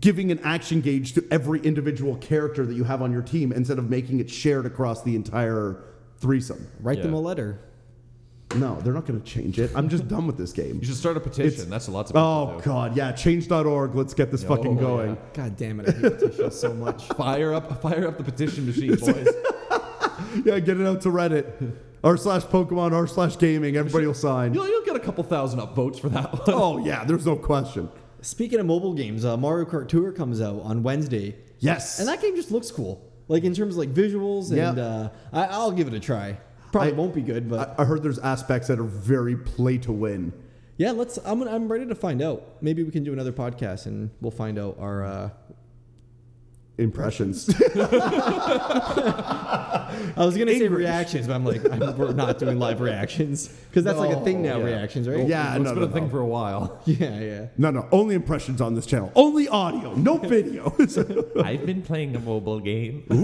A: giving an action gauge to every individual character that you have on your team instead of making it shared across the entire threesome.
C: Write them
B: Yeah.
C: a letter.
A: No, they're not going to change it. I'm just done with this game.
B: You should start a petition. That's a lot of
A: Oh god, yeah, change.org, let's get this
B: Yeah,
A: fucking
B: oh,
A: going.
B: yeah.
C: God damn it! I hate Tisha so much.
B: Fire up, fire up the petition machine, boys.
A: Yeah, get it out to Reddit. R slash Pokemon, R slash gaming, everybody will sign.
B: you'll, you'll get a couple thousand upvotes for that one.
A: Oh yeah, there's no question.
C: Speaking of mobile games, uh, Mario Kart Tour comes out on Wednesday,
A: Yes.
C: and that game just looks cool. Like in terms of like visuals, and
A: Yep.
C: uh, I, I'll give it a try. Probably
A: I-
C: won't be good, but
A: I I heard there's aspects that are very play to win.
C: yeah, let's. I'm gonna- I'm ready to find out. Maybe we can do another podcast and we'll find out our. Uh,
A: Impressions.
C: I was gonna say
A: English.
C: reactions, but I'm like I'm, we're not doing live reactions because that's like a thing now.
B: No, yeah.
C: Reactions, right?
A: Yeah,
B: it's
A: no,
B: been
A: no,
B: a thing
A: no.
B: for a while.
C: yeah, yeah.
A: No, no, only impressions on this channel. Only audio, no video. Ooh,
B: I've been playing a mobile game.
A: what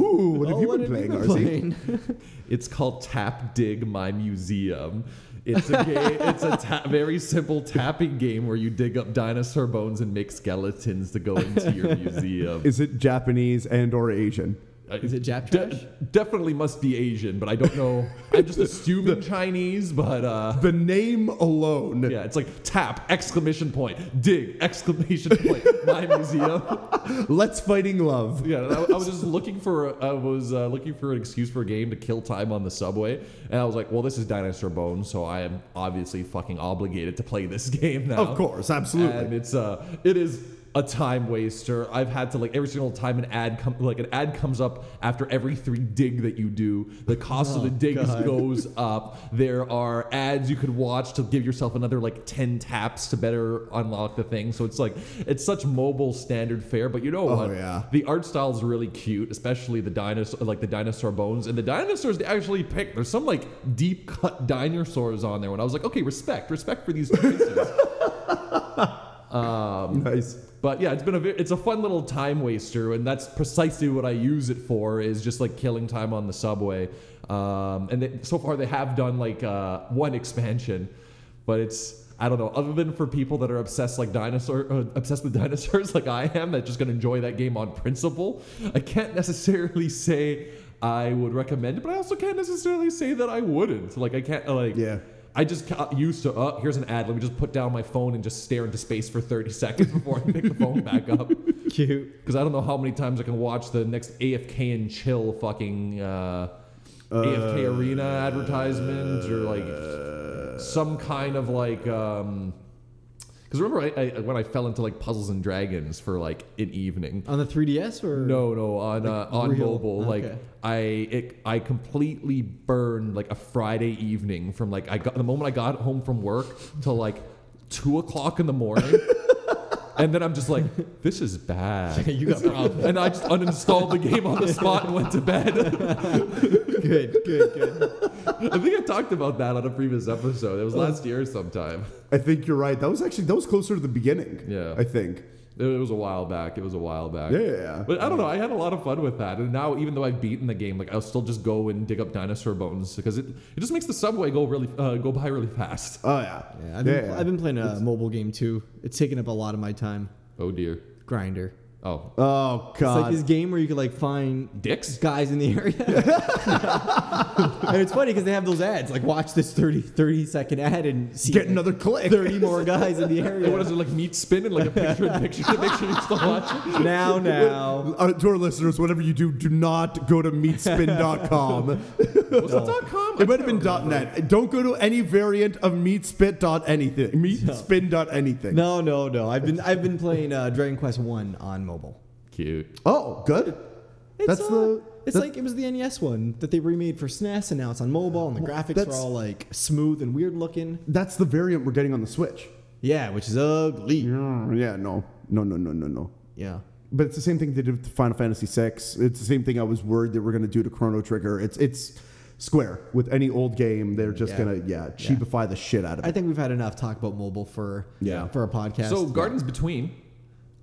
A: have
C: Oh,
A: you
C: what
A: been
C: have you
A: playing,
C: been
A: RC?
C: playing?
B: It's called Tap Dig My Museum. It's a game. it's a ta- very simple tapping game where you dig up dinosaur bones and make skeletons to go into your museum.
A: Is it Japanese and or Asian?
C: Is it Jap
B: De-
C: trash?
B: definitely must be Asian, but I don't know. I'm just assuming Chinese, but uh,
A: The name alone.
B: yeah, it's like tap exclamation point dig exclamation point my museum.
A: Let's fighting love.
B: Yeah, and I, I was just looking for I was uh, looking for an excuse for a game to kill time on the subway, and I was like, well, this is Dinosaur Bones, so I am obviously fucking obligated to play this game now.
A: Of course, absolutely.
B: And it's uh it is a time waster. I've had to like every single time an ad come like an ad comes up after every three dig that you do, the cost of the
A: Oh,
B: digs
C: God.
B: goes up. There are ads you could watch to give yourself another like ten taps to better unlock the thing. So it's like it's such mobile standard fare, but you know what?
A: Oh, yeah.
B: The art style is really cute, especially the dinosaur like the dinosaur bones and the dinosaurs they actually pick. There's some like deep cut dinosaurs on there when I was like, okay, respect, respect for these choices.
C: um,
A: nice.
B: But yeah, it's been a ve- it's a fun little time waster, and that's precisely what I use it for is just like killing time on the subway. Um, and they, so far, they have done like uh, one expansion, but it's I don't know. Other than for people that are obsessed like dinosaur uh, obsessed with dinosaurs like I am, that just gonna enjoy that game on principle, I can't necessarily say I would recommend it, but I also can't necessarily say that I wouldn't. Like I can't like
A: Yeah.
B: I just got used to, oh, here's an ad. Let me just put down my phone and just stare into space for 30 seconds before I pick the phone back up. Because
C: Cute.
B: I don't know how many times I can watch the next AFK and chill fucking uh, AFK arena advertisement or like some kind of like. Um, because remember I, I, when I fell into like Puzzles and Dragons for like an evening,
C: On the 3DS or
B: no, no, on uh, on
C: real-
B: mobile. Like
C: okay.
B: I, it, I completely burned like a Friday evening from like I got the moment I got home from work till like two o'clock in the morning. And then I'm just like, this is bad.
C: You got problems.
B: And I just uninstalled the game on the spot and went to bed.
C: Good, good, good.
B: I think I talked about that on a previous episode.
C: Oh.
B: It was last year sometime.
A: I think you're right. That was actually that was closer to the beginning.
B: Yeah.
A: I think.
B: It was a while back. It was a while back.
A: Yeah, yeah, yeah.
B: But I don't know. I had a lot of fun with that, and now even though I've beaten the game, like I'll still just go and dig up dinosaur bones because it, it just makes the subway go really uh, go by really fast.
A: Oh yeah.
C: Yeah, I've, been,
A: Yeah, yeah.
C: I've been playing a mobile game too. It's taking up a lot of my time.
B: Oh dear.
C: Grinder.
B: Oh,
A: Oh
C: It's like
A: god.
C: this game where you could like find
B: dicks.
C: guys in the area. and it's funny because they have those ads like watch this 30, 30 second ad and see
A: Get another click.
C: 30 more guys in the
B: And what is
C: area.
B: it like? Meat spinning like a picture in picture to make sure you still watching.
C: now, now.
A: Uh, to our listeners, whatever you do, do not go to meatspin.com.
B: Was it dot com?
A: It might have been dot .net. Don't go to any variant of meatspit dot anything. Meatspin dot anything.
C: No, no, no. I've been I've been playing uh, Dragon Quest One on mobile.
B: cute.
A: Oh, good.
C: It's,
A: That's
C: uh,
A: the.
C: It's
A: that-
C: like it was the NES one that they remade for SNES, and now it's on mobile, and the graphics are
A: that's-
C: all like smooth and weird looking.
A: that's the variant we're getting on the Switch.
C: Yeah, which is ugly. Yeah.
A: Yeah, yeah, no, no, no, no, no, no. But it's the same thing they did with Final Fantasy VI. It's the same thing I was worried they were going to do to Chrono Trigger. It's it's Square with any old game. They're just
C: Yeah.
A: gonna yeah cheapify the shit out of
C: I
A: it.
C: think we've had enough talk about mobile for
A: Yeah.
C: for a podcast.
B: So Gardens Between.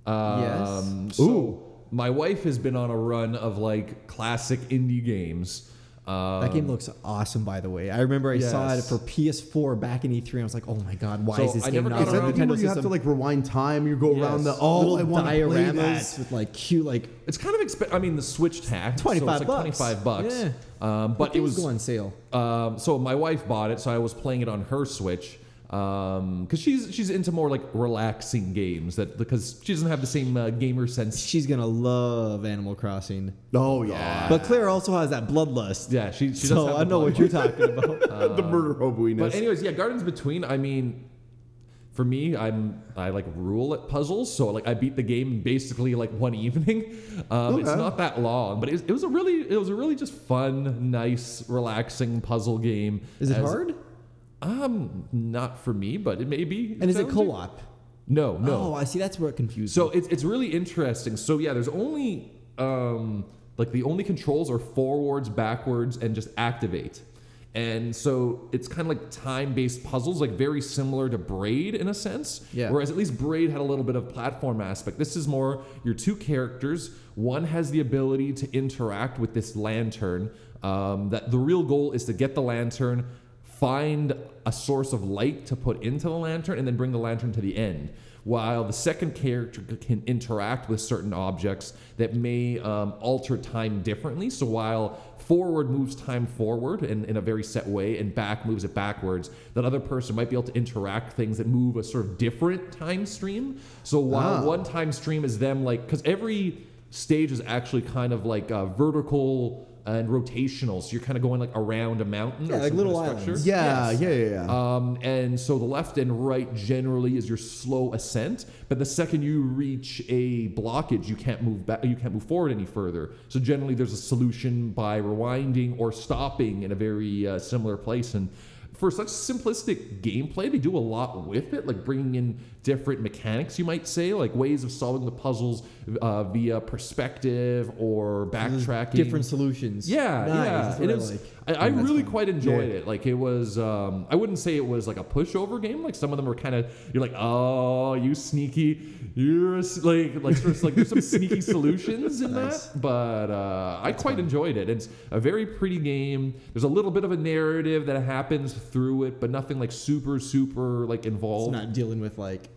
B: Um, yes.
A: Ooh.
B: my wife has been on a run of like classic indie games. Um,
C: That game looks awesome, by the way. I remember I saw it
B: Yes.
C: for PS4 back in E3. and I was like, "Oh my god, why
B: So
C: is this
B: I
C: game
B: never
C: not
B: got
A: Is
C: on
A: that the
B: around
C: Nintendo
A: game where you
C: system?"
A: have to like rewind time? You go around the
B: Yes.
A: oh,
C: Little
A: I want to play that.
C: dioramas with like cute, like
B: It's kind of expensive. I mean, the Switch tax. so it's
C: 25
B: like
C: bucks.
B: 25 bucks.
C: Yeah.
B: Um, but it
C: things
B: was
C: go on sale.
B: Um, so my wife bought it, so I was playing it on her Switch because she's she's into more like relaxing games that because she doesn't have the same uh, gamer sense.
C: She's gonna love Animal Crossing,
A: Oh yeah,
C: but Claire also has that bloodlust.
B: Yeah, she she doesn't
C: so
B: have.
C: I
B: the
C: know
B: blood.
C: what you're talking about.
A: the murder hoboiness.
B: But anyways, yeah, Gardens Between. I mean, for me, I'm I like rule at puzzles, so like I beat the game basically like one evening. Um, It's
A: Okay.
B: not that long, but it, it was a really it was a really just fun, nice, relaxing puzzle game.
C: Is it
B: As-
C: hard?
B: Um, not for me, but it may be.
C: And is it
B: challenging.
C: co-op?
B: No, no.
C: Oh, I see. That's where it confuses.
B: So it's it's really interesting. So yeah, there's only um, like the only controls are forwards, backwards, and just activate. And so it's kind of like time-based puzzles, like very similar to Braid in a sense.
C: Yeah.
B: Whereas at least Braid had a little bit of platform aspect. This is more your two characters. One has the ability to interact with this lantern. Um, that the real goal is to get the lantern, find a source of light to put into the lantern and then bring the lantern to the end while the second character c- can interact with certain objects that may um, alter time differently so while forward moves time forward and in a very set way and back moves it backwards that other person might be able to interact things that move a sort of different time stream so
A: Ah.
B: while one time stream is them like because every stage is actually kind of like uh, vertical and rotational so you're kind of going like around a mountain
C: Yeah,
B: or
C: like
B: some
C: little
B: kind of structure.
C: islands.
A: yeah, yeah, yeah, yeah.
B: Um, and so the left and right generally is your slow ascent, but the second you reach a blockage, you can't move back, you can't move forward any further. So generally, there's a solution by rewinding or stopping in a very uh, similar place. And for such simplistic gameplay, they do a lot with it, like bringing in different mechanics, you might say, like ways of solving the puzzles uh, via perspective or backtracking,
C: different solutions.
B: yeah,
C: nice.
B: yeah.
C: That's what
B: and
C: I
B: it was-
C: like.
B: I, I
C: That's
B: really
C: fun.
B: quite enjoyed it. Like it was, um, I wouldn't say it was like a pushover game. Like some of them were kind of, you're like, oh, you sneaky, you're a s like, like, sort of, like there's some sneaky solutions in
C: Nice.
B: that. But uh, I quite enjoyed it. It's a very pretty game. There's a little bit of a narrative that happens through it, but nothing like super, super like
C: It's
B: involved.
C: not dealing with like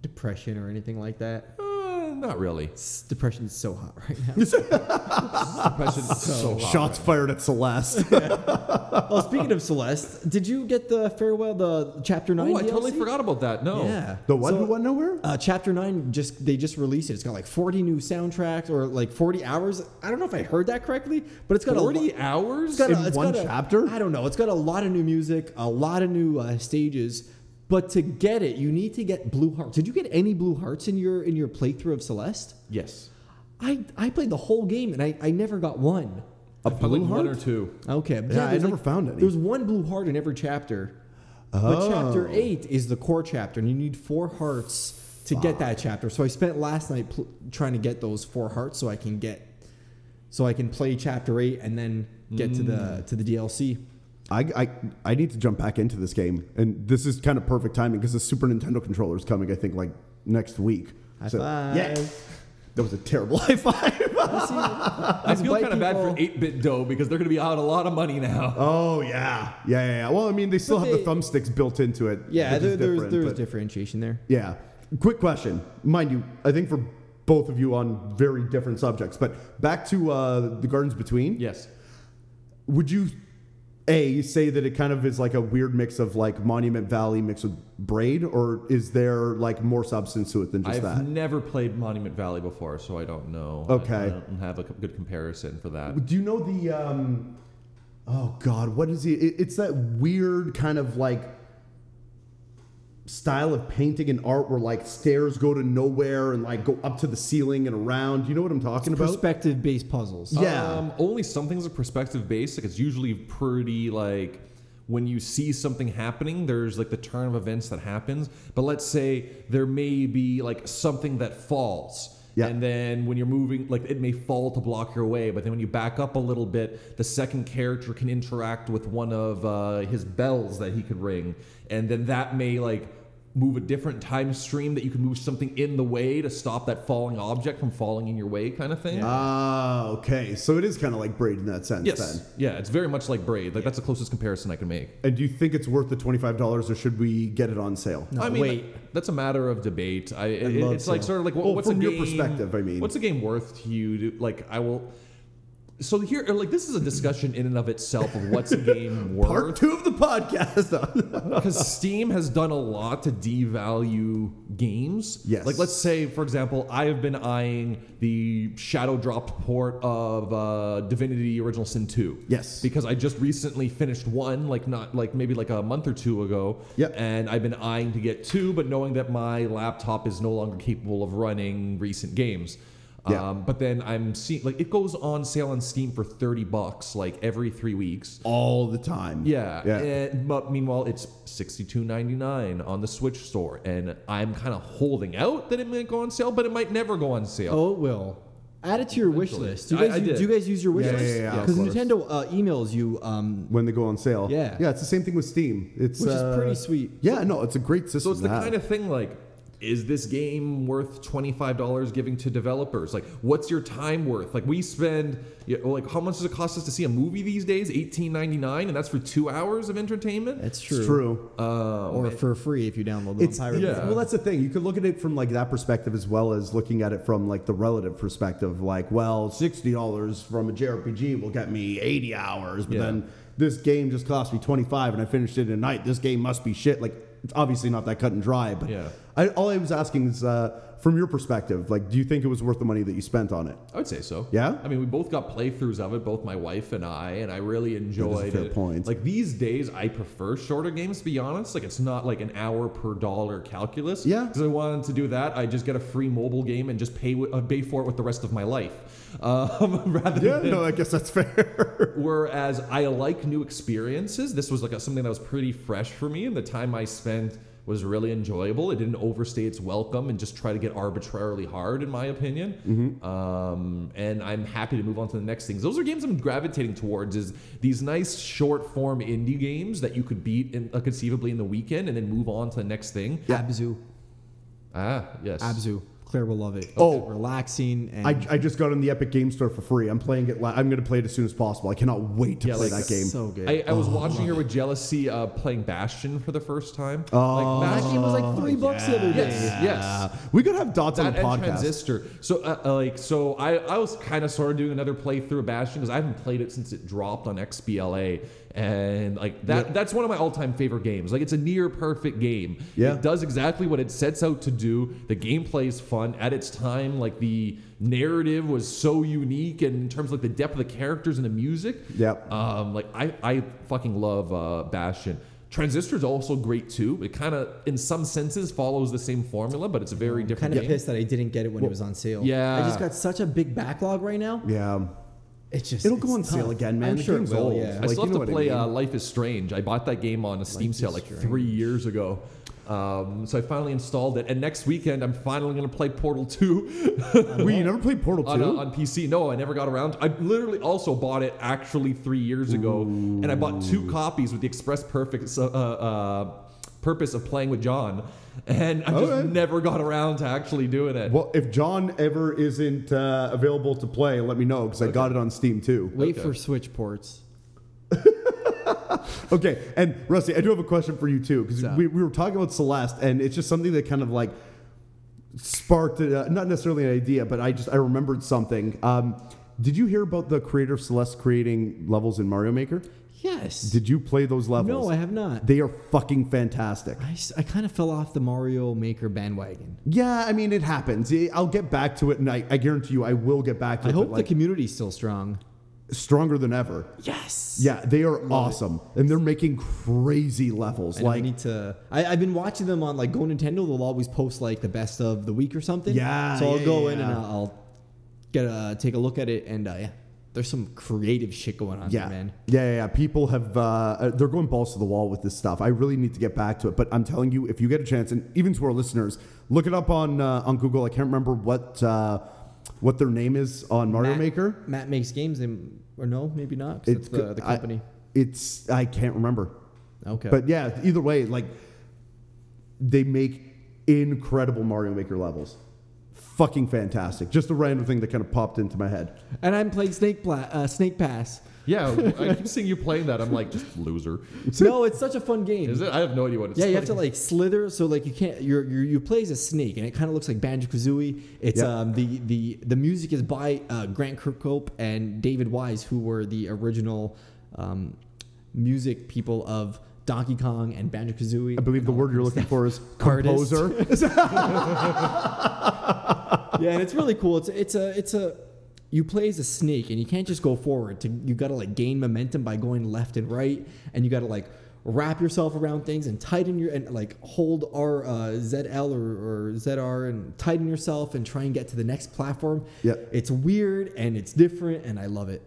C: depression or anything like that.
B: Uh, not really.
C: It's- Depression is so hot right now.
B: Impression's so hot.
A: Shots fired at Celeste.
C: Oh, speaking of Celeste, did you get the farewell the chapter nine?
B: Oh, I totally
C: DLC?
B: forgot about that. No.
C: Yeah,
A: the one
C: So,
A: who went nowhere.
C: Oh. Uh, chapter nine just they just released it. It's got like forty new soundtracks or like forty hours. I don't know if I heard that correctly, but it's got a lo-
B: 40
C: It's
B: hours?
C: got a-
A: In
C: it's
A: one
C: got a-
A: chapter?
C: I don't know. It's got a lot of new music, a lot of new uh, stages. But to get it, you need to get blue hearts. Did you get any blue hearts in your in your playthrough of Celeste?
B: yes.
C: I I played the whole game and I I never got one.
A: A blue
B: Probably
A: heart.
B: like one or two.
C: Okay. but
A: Oh. Yeah, I
C: there's
A: never found any.
C: There was one blue heart in every chapter. But chapter
A: Oh.
C: eight is the core chapter, and you need four hearts to get that chapter. So I spent last night pl- trying to get those four hearts so I can get, so I can play chapter eight and then get to the
A: Mm.
C: to the DLC.
A: I, I I need to jump back into this game, and this is kind of perfect timing because the Super Nintendo controller is coming. I think like next week.
C: High five.
A: Yeah, that was a terrible high five.
B: I feel
C: white
B: kind of bad for
C: people-
B: 8 bit dough because they're going to be out a lot of money now.
A: oh yeah. yeah, yeah, yeah. Well, I mean, they still
C: But
A: have
C: they-
A: the thumbsticks built into it.
C: Yeah,
A: which
C: there,
A: is
C: there's
A: different,
C: there's
A: but-
C: differentiation there.
A: Yeah. Quick question, mind you. I think for both of you on very different subjects, but back to uh, the Gardens Between.
B: Yes.
A: would you a say that it kind of is like a weird mix of like monument valley mixed with braid or is there like more substance to it than just
B: I've
A: that
B: never played Monument Valley before, so I don't know. I- I,
A: Okay.
B: don't have a co- good comparison for that.
A: do you know the um oh god what is it, it it's that weird kind of like style of painting and art where like stairs go to nowhere and like go up to the ceiling and around. You know what I'm talking about?
C: Perspective based puzzles.
A: Yeah.
B: Um, only some things are perspective based. Like it's usually pretty like when you see something happening, there's like the turn of events that happens. But let's say there may be like something that falls.
A: Yeah.
B: And then when you're moving, like it may fall to block your way, but then when you back up a little bit, the second character can interact with one of uh, his bells that he could ring, and then that may like move a different time stream that you can move something in the way to stop that falling object from falling in your way, kind of thing.
A: Ah, okay. So it is kind of like Braid in that sense
B: Yes.
A: then.
B: Yeah, it's very much like Braid. Like that's the closest comparison I can make.
A: And do you think it's worth the $25 or should we get it on sale?
C: No,
B: I mean,
C: wait.
B: that's a matter of debate. I, it-
C: love
B: it's like
C: so.
B: sort of like what-
A: Well,
B: what's
A: from
B: a
A: your
B: game,
A: perspective, I mean.
B: what's a game worth to you? To, like, I will. So here, like, this is a discussion in and of itself of what's a game
A: Part
B: worth
A: two of the podcast.
B: because Steam has done a lot to devalue games.
A: Yes.
B: Like, let's say, for example, I have been eyeing the shadow dropped port of uh, Divinity Original Sin 2.
A: Yes.
B: Because I just recently finished one, like, not like maybe like a month or two ago.
A: Yep.
B: And I've been eyeing to get two, but knowing that my laptop is no longer capable of running recent games.
A: Yeah.
B: Um, but then I'm seeing like it goes on sale on Steam for 30 bucks like every three weeks.
A: All the time.
B: Yeah.
A: Yeah.
B: And, but meanwhile, it's sixty two ninety nine on the Switch store, and I'm kind of holding out that it might go on sale, but it might never go on sale.
C: Oh, it will. Add it to your wish
B: Eventually.
C: list. Do
B: I-
C: you guys,
B: I did.
C: do you guys use your wish
A: Yeah,
C: list?
A: yeah, yeah, of
C: Because
A: course.
C: Nintendo uh, emails you, um,
A: When they go on sale.
C: Yeah.
A: Yeah, it's the same thing with Steam. It's
C: which
A: uh,
C: is pretty sweet.
A: Yeah, no, it's a great system.
B: So it's the
A: to have.
B: kind of thing like, is this game worth twenty five dollars giving to developers? Like, what's your time worth? Like, we spend you know, like how much does it cost us to see a movie these days? Eighteen ninety nine, and that's for two hours of entertainment. Uh,
C: That's true.
A: it's true.
C: Or for free if you download the
A: It's
C: pirate.
B: yeah.
A: Well, that's the thing. You could look at it from like that perspective as well as looking at it from like the relative perspective. Like, well, sixty dollars from a JRPG will get me eighty hours, but
B: Yeah.
A: then this game just cost me twenty five, and I finished it in a night. This game must be shit. Like, it's obviously not that cut and dry. But
B: Yeah.
A: I, all I was asking is, uh, from your perspective, like, do you think it was worth the money that you spent on it?
B: I would say so.
A: Yeah?
B: I mean, we both got playthroughs of it, both my wife and I, and I really enjoyed
A: fair
B: it.
A: point.
B: Like these days, I prefer shorter games. To be honest, like it's not like an hour per dollar calculus.
A: Yeah.
B: Because I wanted to do that, I just get a free mobile game and just pay wi- uh, pay for it with the rest of my life, um, rather
A: Yeah,
B: than
A: no, I guess that's fair.
B: Whereas I like new experiences. This was like a, something that was pretty fresh for me, and the time I spent was really enjoyable. It didn't overstay its welcome and just try to get arbitrarily hard, in my opinion. Um, and I'm happy to move on to the next things. Those are games I'm gravitating towards. Is these nice short form indie games that you could beat in, uh, conceivably in the weekend and then move on to the next thing.
C: Abzu.
B: Ah, yes.
C: Abzu. Claire will love it.
A: Oh.
C: It's relaxing and
A: I, I just got it in the Epic Game Store for free. I'm playing it. Li- I'm going to play it as soon as possible. I cannot wait to
B: Yeah,
A: play
B: like,
A: that game.
C: so good.
B: I, I was watching her with jealousy uh, playing Bastion for the first time.
A: Oh.
B: like,
C: that
B: Bastion
C: game was like three bucks the other day.
B: Yes, yes.
A: we could have dots on
B: That
A: the
B: and
A: podcast.
B: Transistor. So, uh, uh, like, so I, I was kind of sort of doing another playthrough of Bastion because I haven't played it since it dropped on XBLA, and like that, that's one of my all-time favorite games. Like, it's a near perfect game.
A: Yeah.
B: it does exactly what it sets out to do. The gameplay is fun at its time. Like the narrative was so unique, and in terms of like the depth of the characters and the music.
A: Yep.
B: Um, like I, I fucking love uh, Bastion. Transistor is also great too. It kind of, in some senses, follows the same formula, but it's a very different.
C: kind of
B: game.
C: pissed that I didn't get it when it was on sale.
B: yeah.
C: I just got such a big backlog right now.
A: Yeah.
C: It's just
A: It'll go
C: it's
A: on sale
C: tough.
A: again, man.
C: I'm
A: The
C: sure it
A: game's
C: will.
A: old.
C: Yeah.
B: I
A: Like,
B: still
A: you
B: have
A: know
B: to
A: what I
B: play uh,
A: mean.
B: Life is Strange. I bought that game on a Steam sale like three years ago. Um, so I finally installed it, and next weekend I'm finally going to play Portal 2
A: Wait, you never played Portal 2?
B: on, uh, on PC. No, I never got around. to- I literally also bought it actually three years ago, and I bought two copies with the express perfect uh, uh, purpose of playing with John, and I just
A: Alright.
B: never got around to actually doing it.
A: well, if John ever isn't uh, available to play, let me know because I got it on Steam too.
C: Wait
B: Okay.
C: for Switch ports.
A: Okay, and Rusty, I do have a question for you too because we, we were talking about Celeste, and it's just something that kind of like sparked uh, not necessarily an idea, but I just I remembered something. Um, did you hear about the creator of Celeste creating levels in Mario Maker?
C: Yes.
A: Did you play those levels?
C: no, I have not.
A: They are fucking fantastic.
C: I, s- I kind of fell off the Mario Maker bandwagon.
A: Yeah, I mean it happens. I- I'll get back to it, and I, I guarantee you, I will get back to
C: I
A: it. but,
C: hope the
A: like,
C: community's still strong.
A: stronger than ever.
C: Yes.
A: Yeah, they are awesome, and they're making crazy levels.
C: And I
A: Like,
C: need to. I, I've been watching them on like Go Nintendo. They'll always post like the best of the week or something.
A: Yeah,
C: So I'll
A: yeah,
C: go
A: yeah,
C: in and
A: yeah.
C: I'll, I'll get a take a look at it and uh, yeah, there's some creative shit going on.
A: yeah,
C: there, man.
A: yeah, yeah, yeah. People have uh, uh, they're going balls to the wall with this stuff. I really need to get back to it, but I'm telling you, if you get a chance, and even to our listeners, look it up on uh, on Google. I can't remember what uh, what their name is on Mario
C: Matt-
A: Maker.
C: Matt makes games, and, or no, maybe not. 'cause
A: It's
C: that's the, the
A: I-
C: company.
A: it's I can't remember.
C: okay.
A: But yeah, either way, like they make incredible Mario Maker levels. Fucking fantastic. Just a random thing that kind of popped into my head.
C: and I'm playing Snake Pla- uh, Snake Pass.
B: Yeah, I keep seeing you playing that. I'm like, just loser.
C: no, it's such a fun game.
B: Is it? I have no idea what it's.
C: Yeah, you have to
B: like.
C: like slither, so like you can't. You're, you're you play as a snake, and it kind of looks like Banjo Kazooie. It's
A: Yeah.
C: um the the the music is by uh, Grant Kirkhope and David Wise, who were the original um, music people of Donkey Kong and Banjo Kazooie.
A: I believe the word you're looking for is
C: Artist.
A: composer.
C: yeah, and it's really cool. It's it's a it's a you play as a snake and you can't just go forward. To you got to like gain momentum by going left and right, and you got to like wrap yourself around things and tighten your and like hold R uh, ZL or, or ZR and tighten yourself and try and get to the next platform.
A: Yep.
C: it's weird and it's different, and I love it.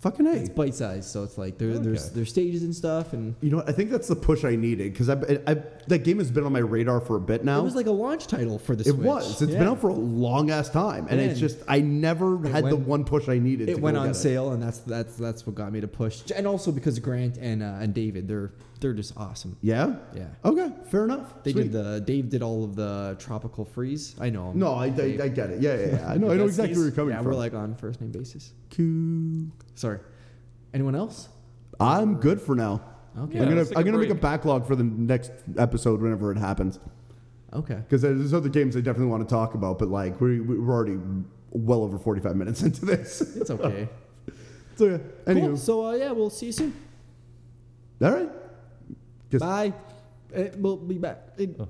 A: Fucking
C: It's
A: A.
C: bite sized, so it's like there, there's
B: Okay.
C: there's stages and stuff, and
A: You know what? I think that's the push I needed because I, I, that game has been on my radar for a bit now.
C: it was like a launch title for the
A: It
C: Switch.
A: was. It's
C: Yeah.
A: been out for a long ass time, and it's
C: Yeah.
A: just I never had the
C: went-
A: one push I needed. to
C: it
A: go
C: went on
A: get
C: sale, and that's that's that's what got me to push. And also because Grant and uh, and David, they're they're just awesome.
A: Yeah.
C: Yeah.
A: Okay. Fair enough.
C: They did
A: Sweet.
C: the Dave did all of the tropical freeze. I know. him.
A: No, I, I, I get it. Yeah, yeah, yeah. I know. I know
C: That's-
A: exactly
C: he's-
A: where you're coming
C: yeah,
A: from.
C: we're like on first name basis.
A: Cool.
C: Sorry. Anyone else?
A: I'm good for now.
C: Okay.
B: Yeah,
A: I'm gonna
B: let's take
A: I'm
B: a
A: gonna make a
B: break.
A: backlog for the next episode whenever it happens
C: Okay.
A: because there's other games I definitely want to talk about, but like we we're already well over 45 minutes into this.
C: It's okay.
A: so yeah, anywho,
C: cool. So uh, yeah, we'll see you soon.
A: all right. Yes.
C: Bye. Uh, we'll be back. In
B: Oh.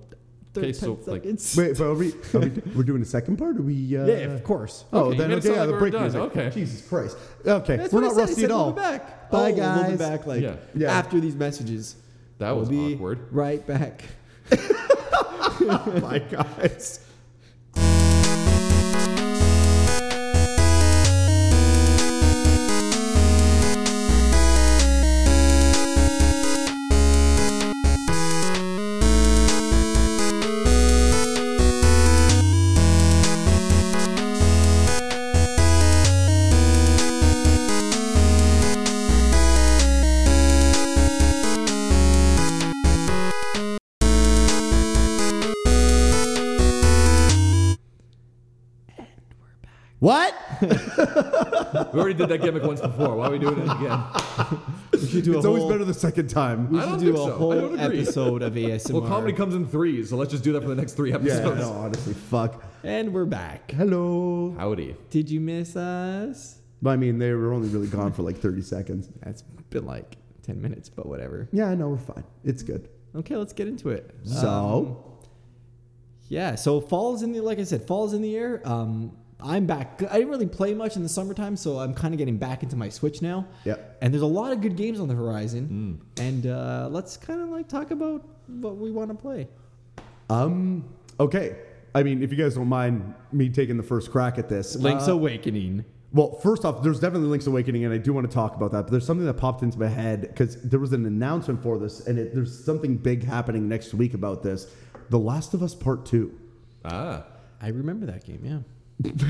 C: 30
B: Okay, so, like-
C: seconds.
A: Wait, but are we, are we we're doing the second part? Are we? Uh,
C: yeah, of course.
A: Oh,
B: Okay, you
A: then
B: made it
A: okay,
B: sound
A: yeah,
B: like
A: the
B: we were
A: break
B: done.
A: music.
B: Okay.
A: Jesus Christ. Okay,
C: That's
A: we're
C: what I
A: not
C: said. I
A: rusty
C: said
A: at all.
C: We'll be back.
A: Bye,
C: Oh, We'll be
A: guys.
C: back like
B: Yeah.
A: Yeah.
C: after these messages.
B: That was
C: we'll be
B: awkward.
C: Right back.
A: Bye, guys. What?
B: We already did that gimmick once before. Why are we doing it again?
C: We should do
A: It's
C: a
A: always
C: whole,
A: better the second time.
C: We
B: I
C: should
B: don't
C: do a
B: think so. I
C: whole
B: don't agree.
C: episode of ASMR.
B: Well, comedy comes in threes, so let's just do that for the next three
A: Yeah,
B: episodes.
A: no, honestly, fuck.
C: and we're back.
A: Hello.
B: Howdy.
C: Did you miss us?
A: I mean, they were only really gone for like 30 seconds.
C: That's been like ten minutes, but whatever.
A: Yeah, I know, we're fine. It's good.
C: Okay, let's get into it. Um,
A: So,
C: yeah, so fall's in the like I said, fall's in the air. Um, I'm back. I didn't really play much in the summertime, so I'm kind of getting back into my Switch now.
A: Yep.
C: And there's a lot of good games on the horizon, and uh, let's kind of like talk about what we want to play.
A: um, okay. I mean, if you guys don't mind me taking the first crack at this.
C: Link's
A: uh,
C: Awakening.
A: well, first off, there's definitely Link's Awakening, and I do want to talk about that, but there's something that popped into my head because there was an announcement for this, and it, there's something big happening next week about this. The Last of Us Part 2.
B: Ah.
C: I remember that game. Yeah.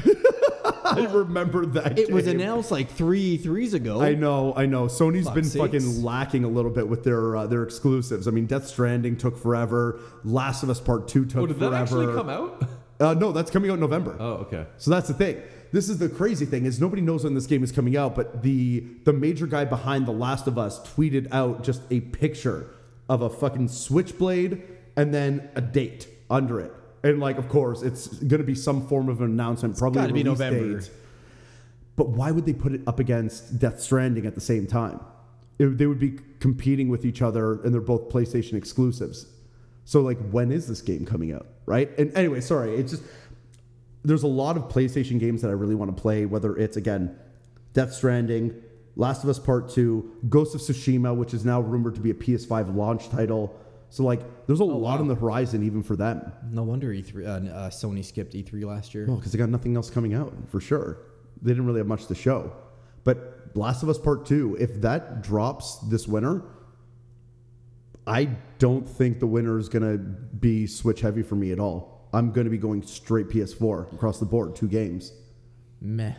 A: I remember that.
C: It was
A: game.
C: announced like three threes ago.
A: I know, I know. Sony's
C: Fuck
A: been
C: sakes.
A: fucking lacking a little bit with their uh, their exclusives. I mean, Death Stranding took forever. Last of Us Part Two took
B: Oh, did that
A: forever.
B: actually come out?
A: Uh, no, that's coming out in November.
B: Oh, okay.
A: So that's the thing. This is the crazy thing is nobody knows when this game is coming out, but the the major guy behind The Last of Us tweeted out just a picture of a fucking switchblade and then a date under it. And like, of course, it's going to be some form of an announcement. probably
C: gotta
A: a
C: be
A: release
C: November.
A: date. But why would they put it up against Death Stranding at the same time? It- they would be competing with each other, and they're both PlayStation exclusives. So, like, when is this game coming out? Right? And anyway, sorry. It's just there's a lot of PlayStation games that I really want to play. Whether it's again Death Stranding, Last of Us Part 2, Ghost of Tsushima, which is now rumored to be a PS5 launch title. So, like, there's a lot on the horizon even for them.
C: No wonder E3 uh, uh, Sony skipped E3 last year.
A: Well, because they got nothing else coming out for sure. They didn't really have much to show. But Last of Us Part Two, if that drops this winter, I don't think the winter is gonna be Switch heavy for me at all. I'm gonna be going straight PS4 across the board, two games.
C: Meh.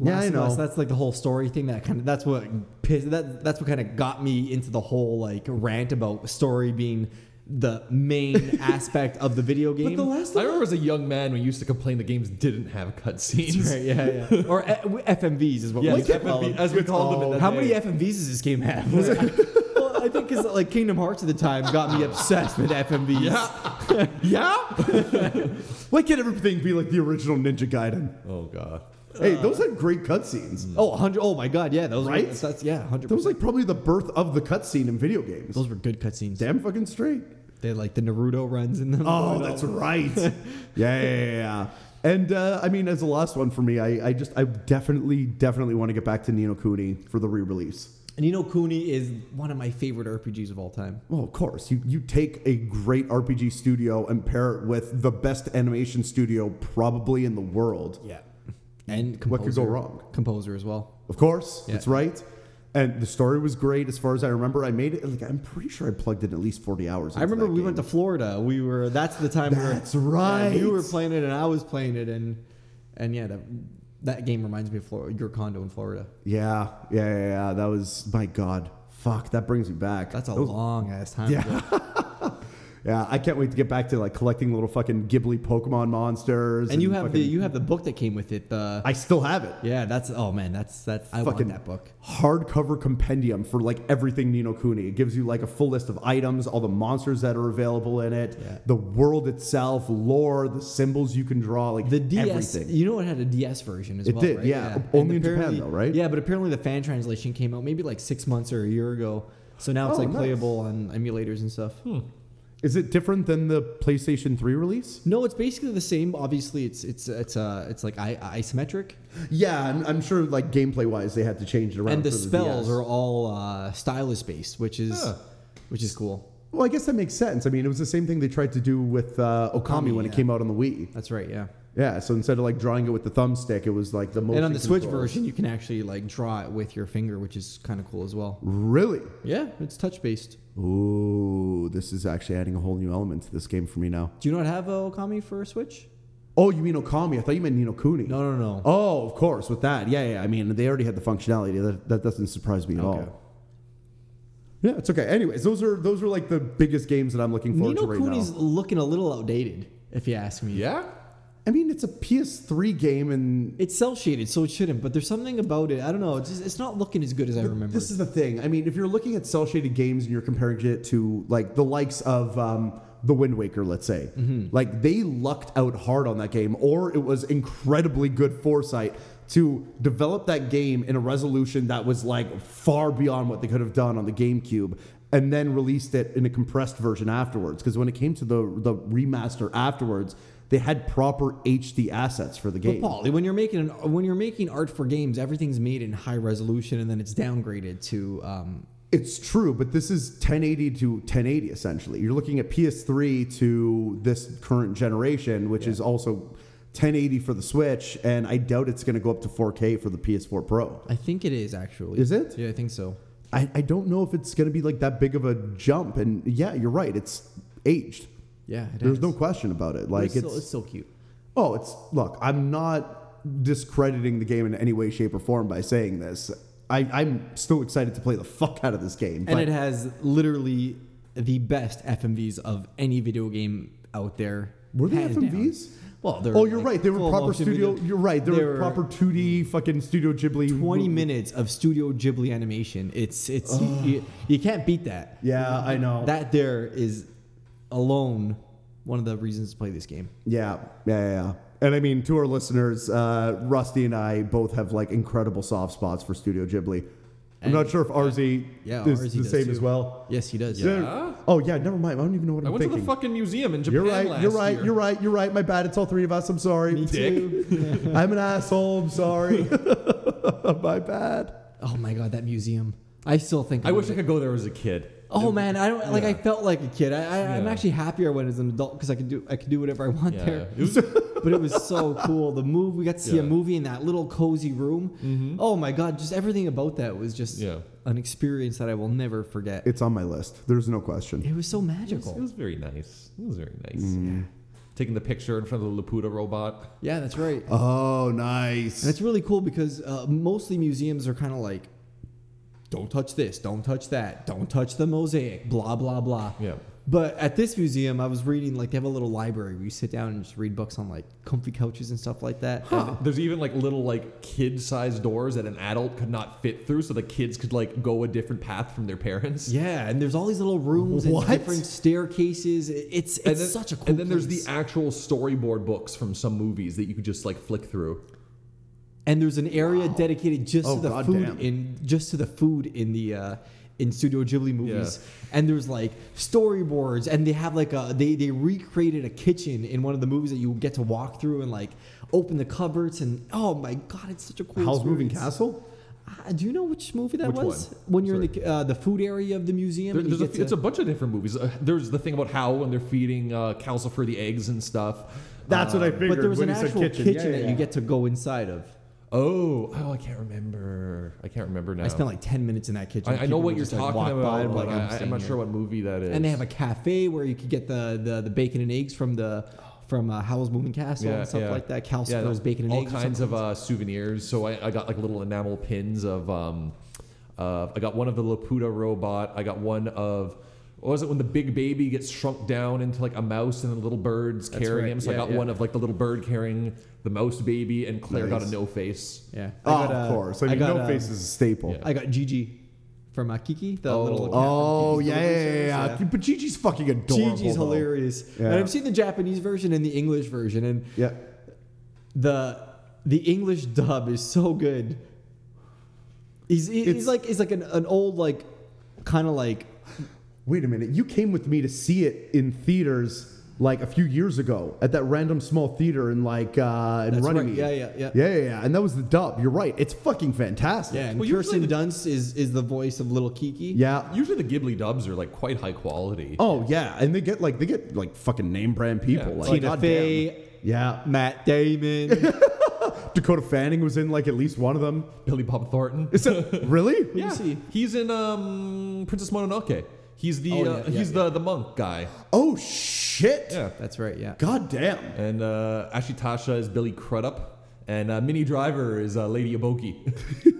A: Yeah,
C: Last
A: I
C: of Us,
A: know.
C: that's like the whole story thing. That kind of that's what pissed, that that's what kind of got me into the whole like rant about story being the main aspect of the video game.
B: I remember as a young man we used to complain the games didn't have cutscenes.
C: Right, yeah, yeah. or uh, FMVs is what
B: Yeah,
C: we
B: it's FMV, as we called them in that
C: How
B: day.
C: many FMVs does this game have? well, I think because like Kingdom Hearts at the time got me obsessed with FMVs.
B: Yeah. yeah.
A: Why can't everything be like the original Ninja Gaiden?
B: Oh god.
A: Hey, those had great cutscenes.
C: Oh, 100 Oh my god, yeah, those
A: Right?
C: Were, that's yeah, hundred.
A: That was
C: Those
A: like probably the birth of the cutscene in video games.
C: those were good cutscenes.
A: Damn fucking straight.
C: They had, like the Naruto runs in them.
A: Oh, that's right. yeah, yeah, yeah, yeah. And uh, I mean, as the last one for me, I, I just, I definitely, definitely want to get back to Nino Cooney for the re-release.
C: And you know, Cooney is one of my favorite RPGs of all time.
A: Well, of course, you you take a great RPG studio and pair it with the best animation studio probably in the world.
C: Yeah. And composer,
A: What could go wrong?
C: Composer as well.
A: Of course,
C: Yeah.
A: that's right. And the story was great, as far as I remember. I made it like I'm pretty sure I plugged in at least 40 hours.
C: I remember we went to Florida. We were that's the time
A: That's
C: we were
A: right.
C: Yeah, you were playing it and I was playing it and and yeah, that, that game reminds me of Florida, your condo in Florida.
A: Yeah, yeah, yeah, yeah. That was my god. Fuck, that brings me back.
C: That's a
A: That was
C: long ass time.
A: Oh. Yeah.
C: ago.
A: Yeah, I can't wait to get back to like collecting little fucking Ghibli Pokemon monsters.
C: And you have the
A: fucking-
C: you have the book that came with it. The
A: I still have it.
C: yeah, that's oh man, that's that's I
A: fucking
C: want that book.
A: Hardcover compendium for like everything Nino Cooney. It gives you like a full list of items, all the monsters that are available in it,
C: Yeah.
A: the world itself, lore, the symbols you can draw, like
C: The DS,
A: everything.
C: you know, it had a DS version as
A: It
C: well.
A: did,
C: right?
A: yeah.
C: And
A: Only in Japan,
C: apparently-
A: though, right?
C: Yeah, but apparently the fan translation came out maybe like six months or a year ago. So now it's
A: Oh,
C: like
A: nice. Hmm.
C: playable on emulators and stuff.
A: Is it different than the PlayStation 3 release?
C: No, it's basically the same. Obviously, it's it's it's uh it's like I- isometric,
A: Yeah, I'm, I'm sure like gameplay wise they had to change it around.
C: and the
A: for
C: spells
A: DS.
C: are all uh, stylus based, which is
B: Huh.
C: which is cool.
A: Well, I guess that makes sense. I mean, it was the same thing they tried to do with uh, Okami,
C: Okami,
A: when it
C: yeah.
A: came out on the Wii.
C: That's right, yeah.
A: Yeah, so instead of like drawing it with the thumbstick, it was like the motion
C: and on the Switch
A: control.
C: version, you can actually like draw it with your finger, which is kind of cool as well.
A: Really?
C: Yeah, it's touch based.
A: Ooh, this is actually adding a whole new element to this game for me now.
C: Do you not have uh, Okami for Switch?
A: Oh, you mean Okami? I thought you meant Nino Cooney.
C: No, no, no.
A: Oh, of course, with that. Yeah, yeah. I mean, they already had the functionality. That, that doesn't surprise me at
C: Okay.
A: all. Yeah, it's okay. Anyways, those are those are like the biggest games that I'm looking forward
C: Nino
A: to right
C: Cooney's
A: now.
C: looking a little outdated, if you ask me.
B: Yeah.
A: I mean, it's a PS3 game, and
C: It's cell shaded, so it shouldn't. But there's something about it. I don't know. It's, just, it's not looking as good as I remember.
A: This is the thing. I mean, if you're looking at cell shaded games and you're comparing it to like the likes of um, The Wind Waker, let's say,
C: Mm-hmm.
A: like they lucked out hard on that game, or it was incredibly good foresight to develop that game in a resolution that was like far beyond what they could have done on the GameCube. And then released it in a compressed version afterwards. Because when it came to the the remaster afterwards, they had proper HD assets for the
C: but
A: game.
C: Paul, when you're making an, when you're making art for games, everything's made in high resolution and then it's downgraded to. Um,
A: It's true, but this is 1080 to 1080 essentially. You're looking at PS3 to this current generation, which is also 1080 for the Switch, and I doubt it's going to go up to 4K for the PS4 Pro.
C: I think it is actually.
A: Is it?
C: Yeah, I think so.
A: I, I don't know if it's going to be like that big of a jump. And yeah, you're right. It's aged.
C: Yeah, it
A: There's
C: is.
A: no question about it. Like
C: it's, still,
A: it's,
C: it's still cute.
A: oh, it's look. I'm not discrediting the game in any way, shape, or form by saying this. I, I'm still excited to play the fuck out of this game.
C: And
A: but-
C: it has literally the best FMVs of any video game out there.
A: Were they
C: hands down.
A: FMVs?
C: Well, they're
A: Oh, you're
C: like
A: right. They were
C: full
A: proper
C: motion
A: studio.
C: video-
A: You're right. They,
C: They
A: were,
C: were- mm.
A: proper 2D fucking Studio Ghibli.
C: 20 minutes of Studio Ghibli animation. It's it's you, you, you can't beat that.
A: Yeah, I know.
C: That there is alone one of the reasons to play this game.
A: Yeah, yeah, yeah. yeah. And I mean, to our listeners, uh, Rusty and I both have like incredible soft spots for Studio Ghibli. I'm
C: And-
A: not sure if RZ
C: Yeah,
A: is
C: RZ
A: the
C: does
A: same
C: too.
A: as well.
C: Yes, he does.
B: Yeah?
A: Oh yeah, never mind. I don't even know what
B: I
A: I'm
B: went
A: thinking.
B: to the fucking museum in Japan
A: you're right.
B: last
A: You're right.
B: year.
A: You're right. You're right. My bad. It's all three of us. I'm sorry.
B: Dick.
A: I'm an asshole. I'm sorry. My bad.
C: Oh my god, that museum! I still think
B: I
C: about
B: wish I
C: it.
B: could go there as a kid.
C: Oh man, I don't like. I
B: Yeah.
C: felt like a kid. I, I, I'm
B: Yeah.
C: actually happier when as an adult because I could do I could do whatever I want
B: Yeah.
C: there.
B: It was-
C: but it was so cool. The move we got to see a
B: Yeah. Mm-hmm.
C: movie in that little cozy room. Oh my god, just everything about that was just
B: Yeah.
C: an experience that I will never forget.
A: It's on my list. There's no question.
C: It was so magical.
B: It was very nice. It was very nice.
A: Mm.
B: Taking the picture in front of the Laputa robot.
C: yeah, that's right.
A: Oh, nice.
C: And it's really cool because uh, mostly museums are kind of like, don't touch this, don't touch that, don't touch the mosaic, blah blah blah.
B: Yeah.
C: But at this museum, I was reading like they have a little library where you sit down and just read books on like comfy couches and stuff like that.
B: And There's even like little like kid-sized doors that an adult could not fit through, so the kids could like go a different path from their parents.
C: Yeah, and there's all these little rooms
A: What?
C: and different staircases. It- It's it's
B: And then,
C: such a cool.
B: and then there's
C: place.
B: the actual storyboard books from some movies that you could just like flick through.
C: and there's an area dedicated just
A: Oh,
C: to the
A: God
C: food
A: damn.
C: in just to the food in the uh, in Studio Ghibli movies. And there's like storyboards, and they have like a they they recreated a kitchen in one of the movies that you get to walk through and like open the cupboards and oh my god, it's such a cool.
A: Howl's Moving
C: experience.
A: Castle?
C: Uh, do you know which movie that
B: Which
C: was?
B: one?
C: When you're in the uh, the food area of the museum,
B: There-
C: and you
B: there's a,
C: get
B: few- it's
C: to-
B: a bunch of different movies. Uh, there's the thing about how when they're feeding uh, for the eggs and stuff.
A: That's what I figured.
C: but there was
A: when
C: an
A: he said
C: actual kitchen,
A: Yeah, yeah,
C: that
A: yeah.
C: you get to go inside of.
B: Oh, oh, I can't remember. I can't remember now.
C: I spent like ten minutes in that kitchen.
B: I, I know
C: People
B: what
C: would
B: you're
C: just, like,
B: talking
C: walk by
B: about,
C: and be
B: but
C: like,
B: I, I'm
C: staying
B: not
C: here.
B: sure what movie that is.
C: And they have a cafe where you could get the the, the bacon and eggs from the from uh, Howl's Moving Castle and stuff like that. Calcifer's bacon and
B: all
C: eggs. or
B: kinds
C: something.
B: of uh, souvenirs. So I, I got like little enamel pins of. Um, uh, I got one of the Laputa robot. I got one of. What was it when the big baby gets shrunk down into like a mouse and the little bird's carrying
C: right.
B: him? So
C: Yeah,
B: I got
C: yeah.
B: one of like the little bird carrying the mouse baby, and Claire got
A: Nice.
B: a no face.
C: Yeah. I
A: Oh,
C: got, uh,
A: of course. I mean,
C: got,
A: no
C: uh,
A: face is a staple.
B: yeah.
C: I got Gigi from uh, Kiki, the little.
B: Oh.
C: cat from
A: Oh,
C: Kiki's
A: yeah,
C: Delivery
A: yeah, yeah,
C: Service,
A: yeah. But Gigi's fucking adorable.
C: Gigi's
A: though.
C: hilarious, and
A: Yeah.
C: I've seen the Japanese version and the English version, and
A: Yeah.
C: the the English dub is so good. He's he- he's
A: It's-
C: like he's like an, an old like kind of like
A: Wait a minute. You came with me to see it in theaters like a few years ago at that random small theater in like uh in
C: That's right.
A: Runnymede.
C: Yeah, yeah, yeah.
A: Yeah, yeah, yeah. And that was the dub. You're right. It's fucking fantastic.
C: yeah. And
B: Well, usually
C: Kirsten
B: the-
C: Dunst is is the voice of little Kiki.
A: Yeah.
B: Usually the Ghibli dubs are like quite high quality.
A: Oh yeah, and they get like they get like fucking name brand people.
B: Yeah,
A: like
C: Tina
A: goddamn.
C: Fey.
A: Yeah.
C: Matt Damon.
A: Dakota Fanning was in like at least one of them.
B: Billy Bob Thornton.
A: Is that really?
C: you see?
B: he's in um, Princess Mononoke. He's the
C: Oh, yeah,
B: uh,
C: yeah,
B: he's the the monk guy.
A: Oh shit.
B: Yeah.
C: That's right. Yeah.
A: God damn.
B: And uh, Ashitasha is Billy Crudup. And uh, Minnie Driver is uh, Lady Aboki.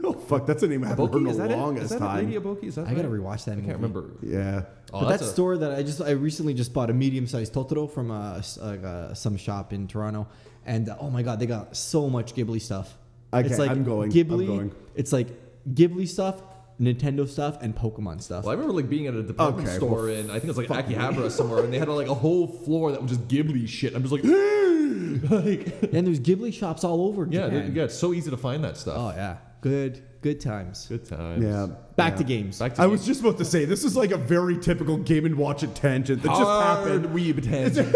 A: oh fuck, that's a name I haven't heard
B: Aboki
A: in
B: is that
A: the
B: it?
A: longest
B: Is that it?
A: time.
B: Lady Aboki? Is that
C: I gotta
B: right?
C: rewatch that
B: I
C: movie.
B: can't remember.
A: yeah.
C: But
B: Oh,
C: that
B: that's a-
C: store that I just I recently just bought a medium sized Totoro from uh, s- uh, uh, some shop in Toronto, and uh, oh my god, they got so much Ghibli stuff.
A: Okay,
C: it's like
A: I'm going, I'm
C: Ghibli.
A: going.
C: It's like Ghibli stuff, Nintendo stuff, and Pokemon stuff.
B: Well, I remember like being at a department
A: Okay,
B: store in I think it was like Akihabara somewhere, and they had like a whole floor that was just Ghibli shit. I'm just like, like
C: And there's Ghibli shops all over.
B: yeah, they-
C: Japan.
B: yeah, it's so easy to find that stuff.
C: Oh yeah, good good times.
B: Good times.
A: Yeah.
C: Back to games.
B: Back to
A: I was just about to say this is like a very typical game and watch it tangent that
B: hard
A: just happened.
B: weeb tangent.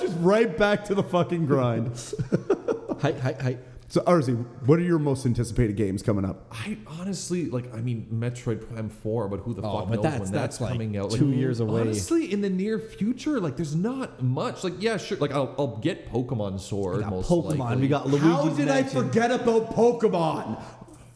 A: just right back to the fucking grind.
C: hi hi hi.
A: so Arzi, what are your most anticipated games coming up?
B: I honestly like. I mean, Metroid Prime Four, but who the
C: Oh,
B: fuck
C: but
B: knows
C: that's-
B: when
C: that's
B: that's,
C: like
B: coming out?
C: two years away.
B: Honestly, in the near future, like there's not much. Like yeah, sure. Like I'll, I'll get Pokemon Sword.
C: We got
B: most
C: Pokemon.
B: likely.
C: We got Luigi's
A: How did I
C: Mansion.
A: forget about Pokemon?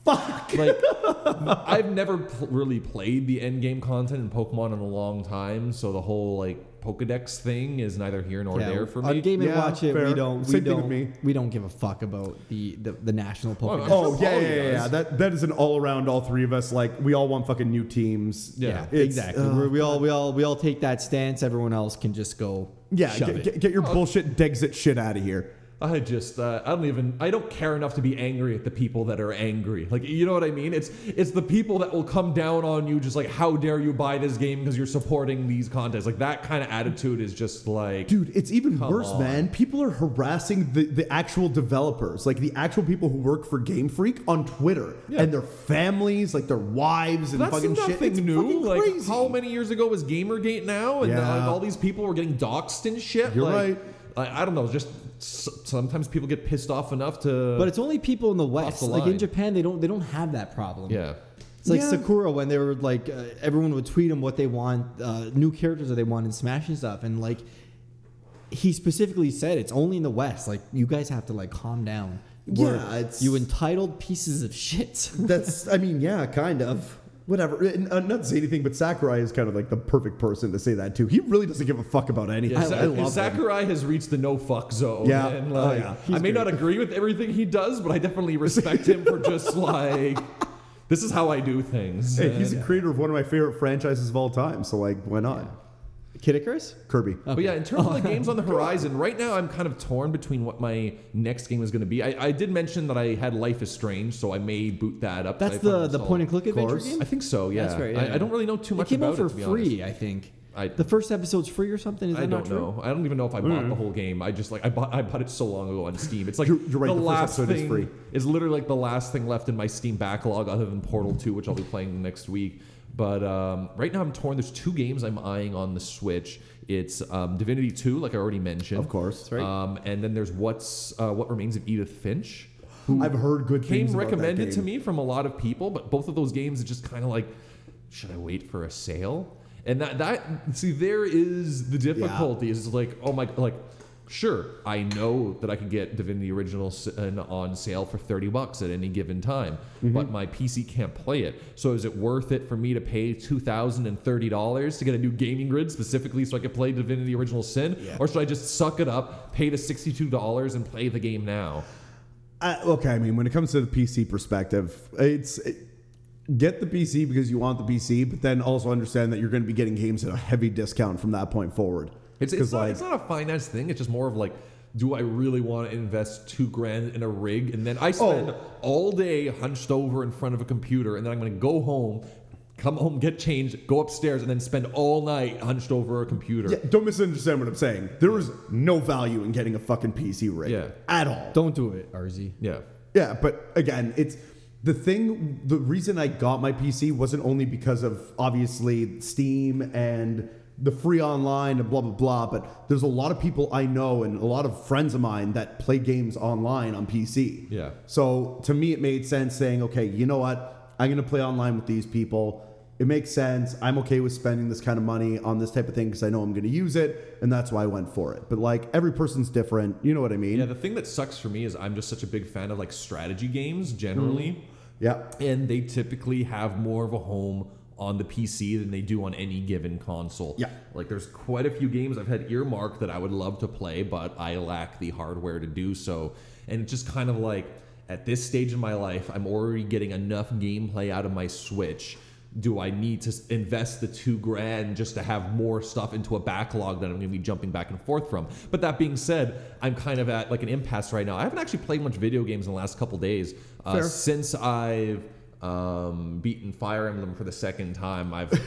A: Fuck.
B: Like I've never pl- really played the end game content in Pokemon in a long time, so the whole like Pokedex thing is neither here nor
C: Yeah,
B: there for
C: on
B: me.
C: Game and
A: Yeah,
C: Watch it. We
A: fair.
C: don't. We
A: Same thing
C: don't.
A: with me.
C: We don't give a fuck about the the, the national
B: Well,
C: Pokemon.
B: I'm
A: Oh
B: sure
A: yeah,
B: Paulie
A: yeah, yeah, yeah.
B: does.
A: That that is an all around. All three of us like we all want fucking new teams.
C: yeah,
B: Yeah.
A: It's- uh,
C: exactly.
A: ugh.
C: We're- we all we all we all take that stance. Everyone else can just go.
A: yeah,
C: shove
A: get,
C: it.
A: get- get your bullshit Dexit shit out of here.
B: I just uh, I don't even I don't care enough to be angry at the people that are angry. Like you know what I mean? It's it's the people that will come down on you just like how dare you buy this game because you're supporting these contests. Like that kind of attitude is just like
A: Dude, it's even worse,
B: on.
A: man. People are harassing the, the actual developers, like the actual people who work for Game Freak on Twitter
B: Yeah.
A: and their families, like their wives and
B: that's
A: fucking
B: nothing
A: shit. It's
B: new.
A: fucking
B: Like
A: crazy.
B: how many years ago was GamerGate now, and
A: Yeah.
B: uh, like, all these people were getting doxxed and shit.
A: You're
B: Like,
A: right.
B: I, I don't know. Just s- sometimes people get pissed off enough to.
C: But it's only people in the West.
B: the
C: like in
B: line.
C: Japan, they don't they don't have that problem.
B: yeah,
C: It's like
A: Yeah.
C: Sakura when they were like uh, everyone would tweet him what they want, uh, new characters that they want in Smash and stuff, and like he specifically said it's only in the West. Like you guys have to like calm down.
A: Yeah, it's-
C: you entitled pieces of shit.
A: That's, I mean, yeah, kind of. Whatever. And, uh, not to say anything, but Sakurai is kind of like the perfect person to say that to. He really doesn't give a fuck about anything.
B: yeah.
A: I,
B: Zach-
A: I love him.
B: Sakurai has reached the no fuck zone.
A: Yeah.
B: and
A: Oh,
B: like,
A: yeah.
B: I may not agree with everything he does, but I definitely respect him for just like this is how I do things.
A: Hey, he's
B: And-
A: the creator of one of my favorite franchises of all time, so like, why not?
C: Kid Icarus?
A: Kirby.
B: But yeah, in terms
C: Oh,
B: of the games on the horizon, right now I'm kind of torn between what my next game is going to be. I, I did mention that I had Life is Strange, so I may boot that up.
C: That's
B: I found
C: the
B: it
C: the
B: solid.
C: point and click adventure
A: course.
C: game.
B: I think so. Yeah,
C: That's right,
B: I,
C: yeah.
B: I don't really know too
C: It
B: much
C: came
B: about
C: out for
B: it. To be honest.
C: free, I think.
B: I-
C: the first episode's free or something. Is that
B: I
C: not
B: don't
C: true?
B: know. I don't even know if I bought the whole game. I just like I bought I bought it so long ago on Steam. It's like
A: Hmm. You're- you're right,
B: the,
A: the first
B: last
A: episode is
B: thing
A: free.
B: is literally like the last thing left in my Steam backlog, other than Portal Two, which I'll be playing next week. But um, right now I'm torn. There's two games I'm eyeing on the Switch. It's um, Divinity Two, like I already mentioned,
A: Of course.
C: right.
B: Um, and then there's what's uh, what remains of Edith Finch.
A: I've heard good things.
B: Came
A: about that
B: recommended to
A: game.
B: me from a lot of people, but both of those games it's just kind of like, should I wait for a sale? And that that see there is the difficulty is like oh my like sure I know that I can get Divinity Original Sin on sale for thirty bucks at any given time,
A: Mm-hmm.
B: but my PC can't play it. So is it worth it for me to pay two thousand and thirty dollars to get a new gaming grid specifically so I could play Divinity Original Sin, or should I just suck it up, pay the sixty two dollars, and play the game now?
A: I, okay, I mean, when it comes to the PC perspective, it's it- get the PC because you want the PC, but then also understand that you're going to be getting games at a heavy discount from that point forward.
B: It's,
A: 'Cause,
B: it's, not, it's not a finance thing. It's just more of like, do I really want to invest two grand in a rig? And
A: Oh.
B: then I spend all day hunched over in front of a computer, and then I'm going to go home, come home, get changed, go upstairs, and then spend all night hunched over a computer.
A: Yeah, don't misunderstand what I'm saying. There is no value in getting a fucking PC rig
B: Yeah.
A: at all.
C: Don't do it, RZ.
B: Yeah.
A: Yeah, but again, it's the thing. The reason I got my PC wasn't only because of obviously Steam and the free online and blah blah blah. But there's a lot of people I know and a lot of friends of mine that play games online on PC.
B: Yeah.
A: So to me, it made sense saying, okay, you know what? I'm going to play online with these people. It makes sense. I'm okay with spending this kind of money on this type of thing because I know I'm going to use it, and that's why I went for it. But like every person's different. You know what I mean?
B: Yeah, the thing that sucks for me is I'm just such a big fan of like strategy games generally.
A: yeah.
B: and they typically have more of a home on the PC than they do on any given console.
A: Yeah.
B: Like there's quite a few games I've had earmarked that I would love to play, but I lack the hardware to do so. And it's just kind of like at this stage in my life, I'm already getting enough gameplay out of my Switch. Do I need to s- invest the two grand just to have more stuff into a backlog that I'm going to be jumping back and forth from? But that being said, I'm kind of at like an impasse right now. I haven't actually played much video games in the last couple days. Uh,
A: Fair.
B: since I've um, beaten Fire Emblem for the second time, I've it-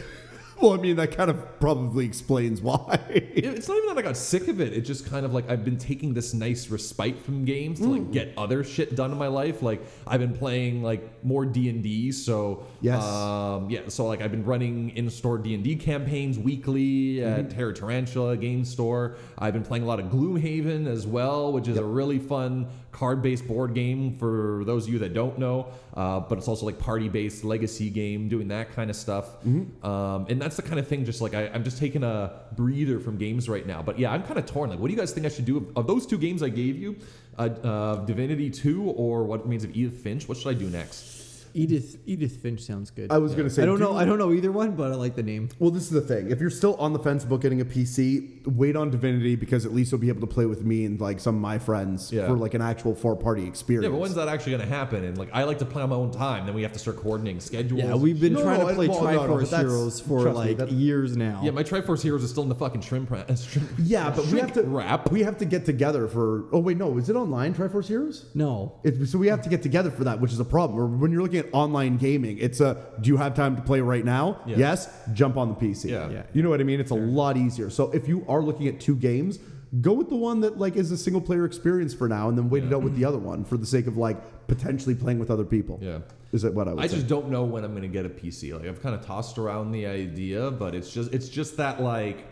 A: Well, I mean, that kind of probably explains why.
B: it's not even that I got sick of it. It's just kind of like I've been taking this nice respite from games to like get other shit done in my life. Like I've been playing like more D and D, so
A: Yes.
B: um, yeah. So like I've been running in store D and D campaigns weekly at Terra Tarantula Game Store. I've been playing a lot of Gloomhaven as well, which is a really fun card-based board game for those of you that don't know. Uh, but it's also like party-based legacy game, doing that kind of stuff. Um, and that's the kind of thing. Just like I, I'm just taking a breather from games right now. But yeah, I'm kind of torn. Like, what do you guys think I should do of, of those two games I gave you, uh, uh, Divinity Two or What Remains of Edith Finch? What should I do next?
C: Edith Edith Finch sounds good.
A: I was gonna say.
C: I don't
A: do-
C: know. I don't know either one, but I like the name.
A: Well, this is the thing. If you're still on the fence about getting a PC, wait on Divinity because at least you'll be able to play with me and like some of my friends
B: Yeah.
A: for like an actual four party experience.
B: Yeah, but when's that actually going to happen? And like, I like to play on my own time. Then we have to start coordinating schedules.
C: Yeah, we've been
A: No,
C: trying
A: no,
C: to play
A: well, no, no, but
C: Triforce
A: that's-
C: Heroes for
A: trust me,
C: like
A: that-
C: years now.
B: Yeah, my Triforce Heroes is still in the fucking shrimp. Ra- uh, shrimp
A: Yeah, but we have to
B: wrap.
A: We have to get together for. Oh wait, no, is it online? Triforce Heroes.
C: no.
A: It, so we have to get together for that, which is a problem. Or when you're looking at online gaming, it's a do you have time to play right now?
B: Yeah.
A: Yes, jump on the PC.
B: Yeah. Yeah.
A: You know what I mean? It's a lot easier. So if you are looking at two games, go with the one that like is a single player experience for now, and then wait it
B: Yeah.
A: out with the other one for the sake of like potentially playing with other people.
B: Yeah.
A: is it what I would
B: I
A: say.
B: just don't know when I'm going to get a PC. Like I've kind of tossed around the idea, but it's just it's just that like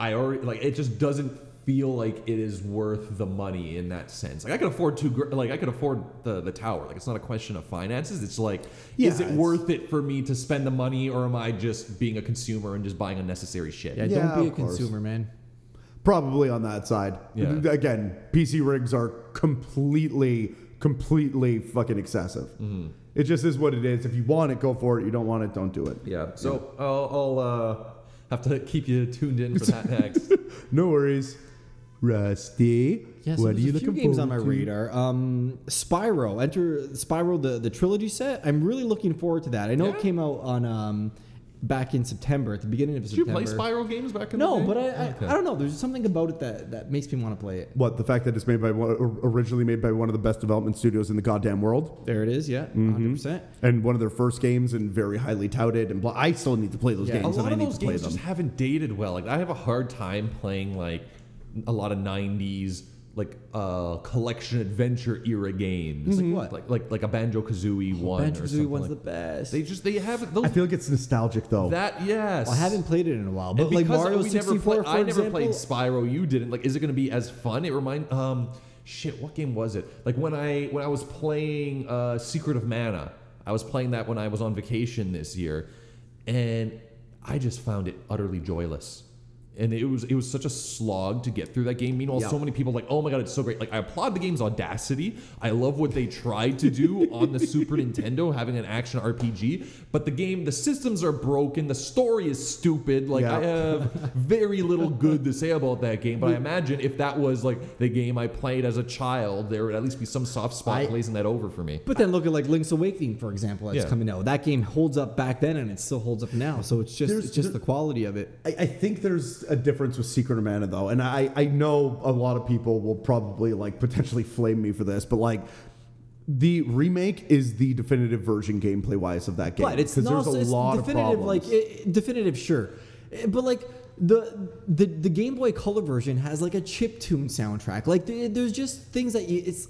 B: I already like it just doesn't feel like it is worth the money in that sense. Like I could afford two, gr- like I could afford the the tower. Like it's not a question of finances. It's like,
A: Yeah,
B: is it
A: it's-
B: worth it for me to spend the money, or am I just being a consumer and just buying unnecessary shit?
C: Yeah,
A: Yeah,
C: don't be a
A: of course.
C: consumer, man.
A: Probably on that side.
B: Yeah.
A: Again, PC rigs are completely, completely fucking excessive.
B: Mm-hmm.
A: It just is what it is. If you want it, go for it. You don't want it, don't do it.
B: Yeah. So I'll, I'll uh, have to keep you tuned in for that next.
A: No worries. Rusty,
C: Yes,
A: what are you looking
C: few games on
A: forward
C: my
A: to?
C: radar. Um, Spyro, enter Spyro the the trilogy set. I'm really looking forward to that. I know
B: Yeah?
C: it came out on um, back in September, at the beginning of
B: Did you
C: September.
B: play Spiral games back in the
C: No,
B: day?
C: but I, I,
B: Okay.
C: I don't know. There's something about it that, that makes me want to play it.
A: What, the fact that it's made by one, or- originally made by one of the best development studios in the goddamn world?
C: There it is. Yeah,
B: Mm-hmm.
C: 100. percent
A: And one of their first games and very highly touted and blah. I still need to play those
C: Yeah.
A: games
B: a
A: and
B: lot
A: I
B: of
A: need
B: those
A: to play
B: games
A: them.
B: just haven't dated well. Like I have a hard time playing like a lot of '90s like uh collection adventure era games.
C: Like Mhm. what?
B: Like
C: Oh,
B: Like like like a Banjo Kazooie one. or
C: Banjo-Kazooie
B: something
C: one's
B: like
C: the best.
B: They just they haven't those
A: I feel like it's nostalgic though.
B: that yes.
C: Well, I haven't played it in a while,
B: And
C: but like
B: because
C: Mario
B: we never
C: 64,
B: played-
C: for
B: I never
C: example.
B: played Spyro. You didn't. Like, is it going to be as fun? It remind um shit. What game was it? Like when I when I was playing uh Secret of Mana. I was playing that when I was on vacation this year, and I just found it utterly joyless. And it was it was such a slog to get through that game. Meanwhile,
A: Yeah.
B: so many people are like, oh my god, it's so great. Like I applaud the game's audacity. I love what they tried to do on the Super Nintendo, having an action RPG. But the game, the systems are broken. The story is stupid. Like I
A: Yeah.
B: have very little good to say about that game. But I imagine if that was like the game I played as a child, there would at least be some soft spot
C: I-
B: glazing that over for me.
C: But then look at like Link's Awakening, for example, that's
B: Yeah.
C: coming out. That game holds up back then, and it still holds up now. So it's just
A: There's-
C: it's just
A: there-
C: the quality of it.
A: I, I think there's a difference with Secret of Mana though, and I, I know a lot of people will probably like potentially flame me for this, but like the remake is the definitive version gameplay wise of that game.
C: But it's
A: 'cause
C: not also- it's definitive, like it, it- definitive, sure, Eh, but like the the the Game Boy Color version has like a chip tune soundtrack. Like there- there's just things that you, it's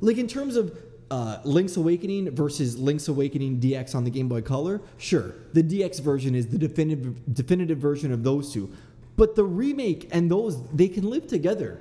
C: like in terms of. Uh, Link's Awakening versus Link's Awakening DX on the Game Boy Color. Sure, the DX version is the definitive definitive version of those two, but the remake and those they can live together.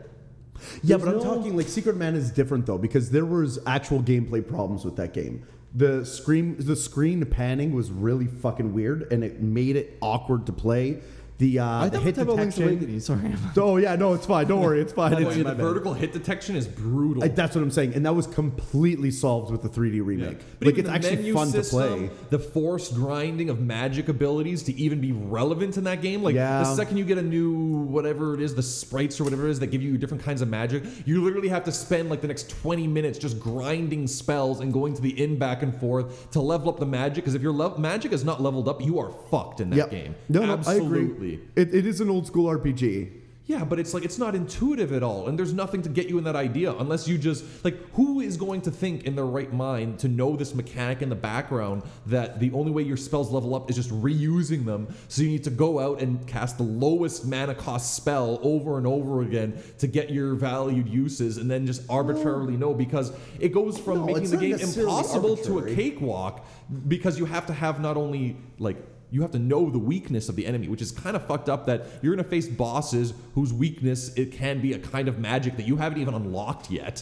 A: Yeah,
C: There's
A: but I'm
C: no-
A: talking like Secret Man is different though because there was actual gameplay problems with that game. The screen the screen panning was really fucking weird and it made it awkward to play. The uh
C: I
A: the
C: thought we
A: hit
C: talking about Link's
A: detection.
C: Awakening. Sorry,
A: Oh yeah, no, it's fine. Don't worry, it's fine.
B: Boy,
A: It's
B: the
A: my bad.
B: vertical hit detection is brutal.
A: I, that's what I'm saying, and that was completely solved with the 3D
B: Yeah.
A: remake.
B: But
A: Like
B: even
A: it's
B: the
A: actually
B: menu
A: fun
B: system,
A: to play.
B: The forced grinding of magic abilities to even be relevant in that game. Like
A: Yeah.
B: the second you get a new whatever it is, the sprites or whatever it is that give you different kinds of magic, you literally have to spend like the next 20 minutes just grinding spells and going to the inn back and forth to level up the magic. Because if your lev- magic is not leveled up, you are fucked in that
A: Yep.
B: game.
A: No, no,
B: Absolutely.
A: I agree. It, it is an old school RPG.
B: Yeah, but it's like it's not intuitive at all, and there's nothing to get you in that idea unless you just like who is going to think in their right mind to know this mechanic in the background that the only way your spells level up is just reusing them. So you need to go out and cast the lowest mana cost spell over and over again to get your valued uses, and then just arbitrarily know because it goes from
A: No,
B: making
A: it's
B: the
A: not
B: game
A: necessarily
B: impossible to a
A: arbitrary.
B: cakewalk because you have to have not only like you have to know the weakness of the enemy, which is kind of fucked up that you're going to face bosses whose weakness it can be a kind of magic that you haven't even unlocked yet.